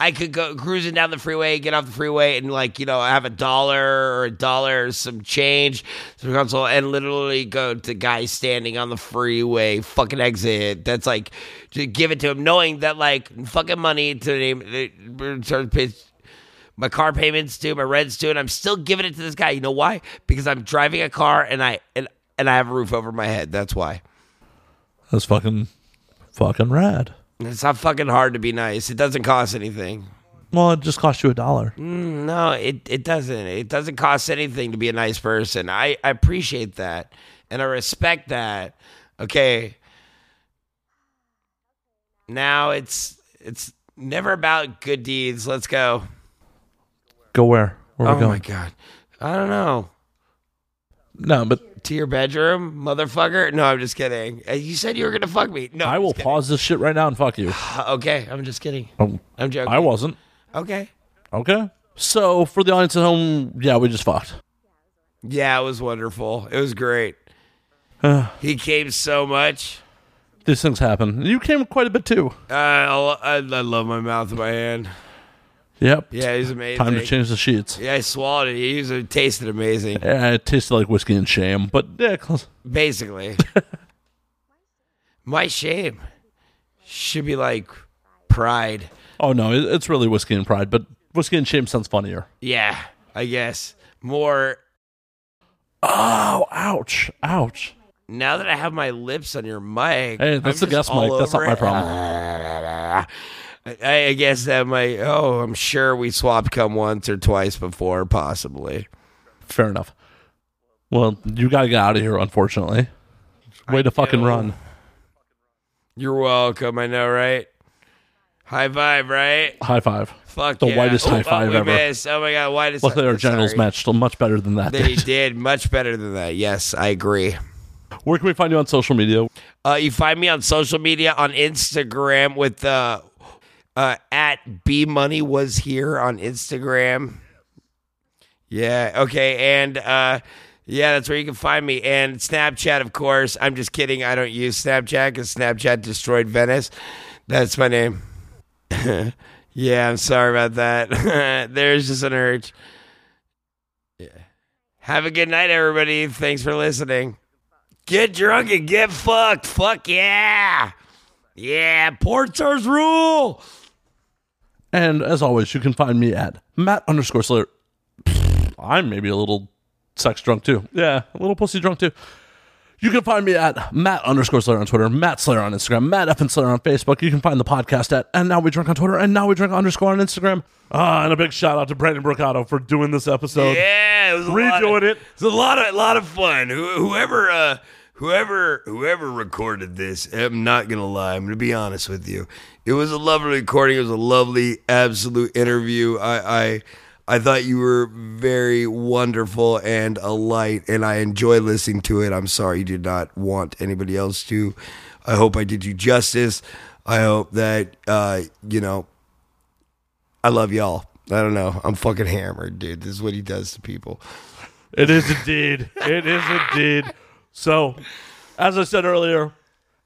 Speaker 3: I could go cruising down the freeway, get off the freeway, and like you know, have a dollar or a dollar, or some change, some console, and literally go to guys standing on the freeway, fucking exit. That's like to give it to him, knowing that like fucking money to name return pitch. My car payments due, my rent's due, and I'm still giving it to this guy. You know why? Because I'm driving a car and I and, and I have a roof over my head. That's why.
Speaker 1: that's fucking fucking rad.
Speaker 3: It's not fucking hard to be nice. It doesn't cost anything.
Speaker 1: Well, it just cost you a dollar.
Speaker 3: No, it, it doesn't. It doesn't cost anything to be a nice person. I, I appreciate that and I respect that. Okay. Now it's it's never about good deeds. Let's go.
Speaker 1: Go where? Where we
Speaker 3: Oh
Speaker 1: going?
Speaker 3: my god. I don't know.
Speaker 1: No, but
Speaker 3: To your bedroom, motherfucker? No, I'm just kidding. Uh, You said you were gonna fuck me. No,
Speaker 1: I
Speaker 3: I'm
Speaker 1: will
Speaker 3: just kidding.
Speaker 1: pause this shit right now and fuck you.
Speaker 3: Okay, I'm just kidding.
Speaker 1: Um,
Speaker 3: I'm joking.
Speaker 1: I wasn't.
Speaker 3: okay.
Speaker 1: Okay. So for the audience at home, yeah, we just fucked.
Speaker 3: Yeah, it was wonderful. It was great. he came so much.
Speaker 1: These things happen. You came quite a bit too.
Speaker 3: Uh, I, I love my mouth and my hand.
Speaker 1: Yep.
Speaker 3: Yeah, he's amazing.
Speaker 1: Time to change the sheets.
Speaker 3: Yeah, I swallowed it. He was, it tasted amazing,
Speaker 1: Yeah, it tasted like whiskey and shame, but yeah, close.
Speaker 3: basically. my shame should be like pride.
Speaker 1: Oh no, it- it's really whiskey and pride, but whiskey and shame sounds funnier.
Speaker 3: Yeah, I guess. More
Speaker 1: Oh, ouch, ouch.
Speaker 3: now that I have my lips on your mic.
Speaker 1: Hey, that's
Speaker 3: I'm
Speaker 1: the guest
Speaker 3: just all
Speaker 1: mic. That's not
Speaker 3: over
Speaker 1: my
Speaker 3: it. I, I guess that might. Oh, I'm sure we swapped cum once or twice before, possibly.
Speaker 1: Fair enough. Well, you gotta get out of here, unfortunately. Way to fucking
Speaker 3: do.
Speaker 1: run.
Speaker 3: You're welcome. I know, right? High five, right?
Speaker 1: High five.
Speaker 3: Fuck
Speaker 1: The
Speaker 3: yeah.
Speaker 1: whitest
Speaker 3: Oh,
Speaker 1: high
Speaker 3: oh,
Speaker 1: five
Speaker 3: we
Speaker 1: ever.
Speaker 3: missed. Oh my god, whitest.
Speaker 1: Luckily, our generals
Speaker 3: sorry.
Speaker 1: matched much better than that.
Speaker 3: They
Speaker 1: did.
Speaker 3: did much better than that. Yes, I agree.
Speaker 1: Where can we find you on social media?
Speaker 3: Uh, you find me on social media on Instagram with uh, uh, at B Money was here on Instagram. Yeah. Okay. And uh, yeah, that's where you can find me. And Snapchat, of course. I'm just kidding. I don't use Snapchat because Snapchat destroyed Venice. That's my name. yeah. I'm sorry about that. There's just an urge. Yeah. Have a good night, everybody. Thanks for listening. Get drunk and get fucked. Fuck yeah. Yeah. Porn stars rule.
Speaker 1: And as always, you can find me at Matt underscore Slayer. Pfft, I'm maybe a little sex drunk too. Yeah, a little pussy drunk too. You can find me at Matt underscore Slayer on Twitter, Matt Slayer on Instagram, Matt F and Slayer on Facebook. You can find the podcast at And Now We Drink on Twitter, and Now We Drink underscore on Instagram. Ah, and a big shout out to Brandon Brocato for doing this episode.
Speaker 3: Yeah, it was a lot
Speaker 1: Redoing
Speaker 3: of,
Speaker 1: it.
Speaker 3: It's a lot of lot of fun. Who- Whoever, uh, whoever, whoever recorded this, I'm not gonna lie. I'm gonna be honest with you. It was a lovely recording. It was a lovely, absolute interview. I, I, I thought you were very wonderful and a light, and I enjoy listening to it. I'm sorry you did not want anybody else to. I hope I did you justice. I hope that uh, you know I love y'all. I don't know. I'm fucking hammered, dude. This is what he does to people.
Speaker 1: It is indeed. It is indeed. So, as I said earlier,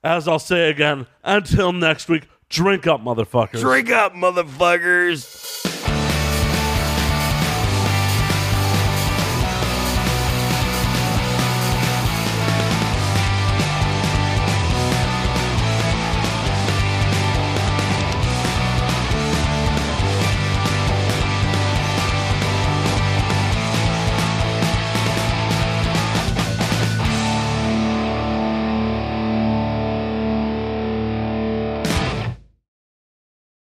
Speaker 1: as I'll say again, until next week, drink up, motherfuckers.
Speaker 3: Drink up, motherfuckers.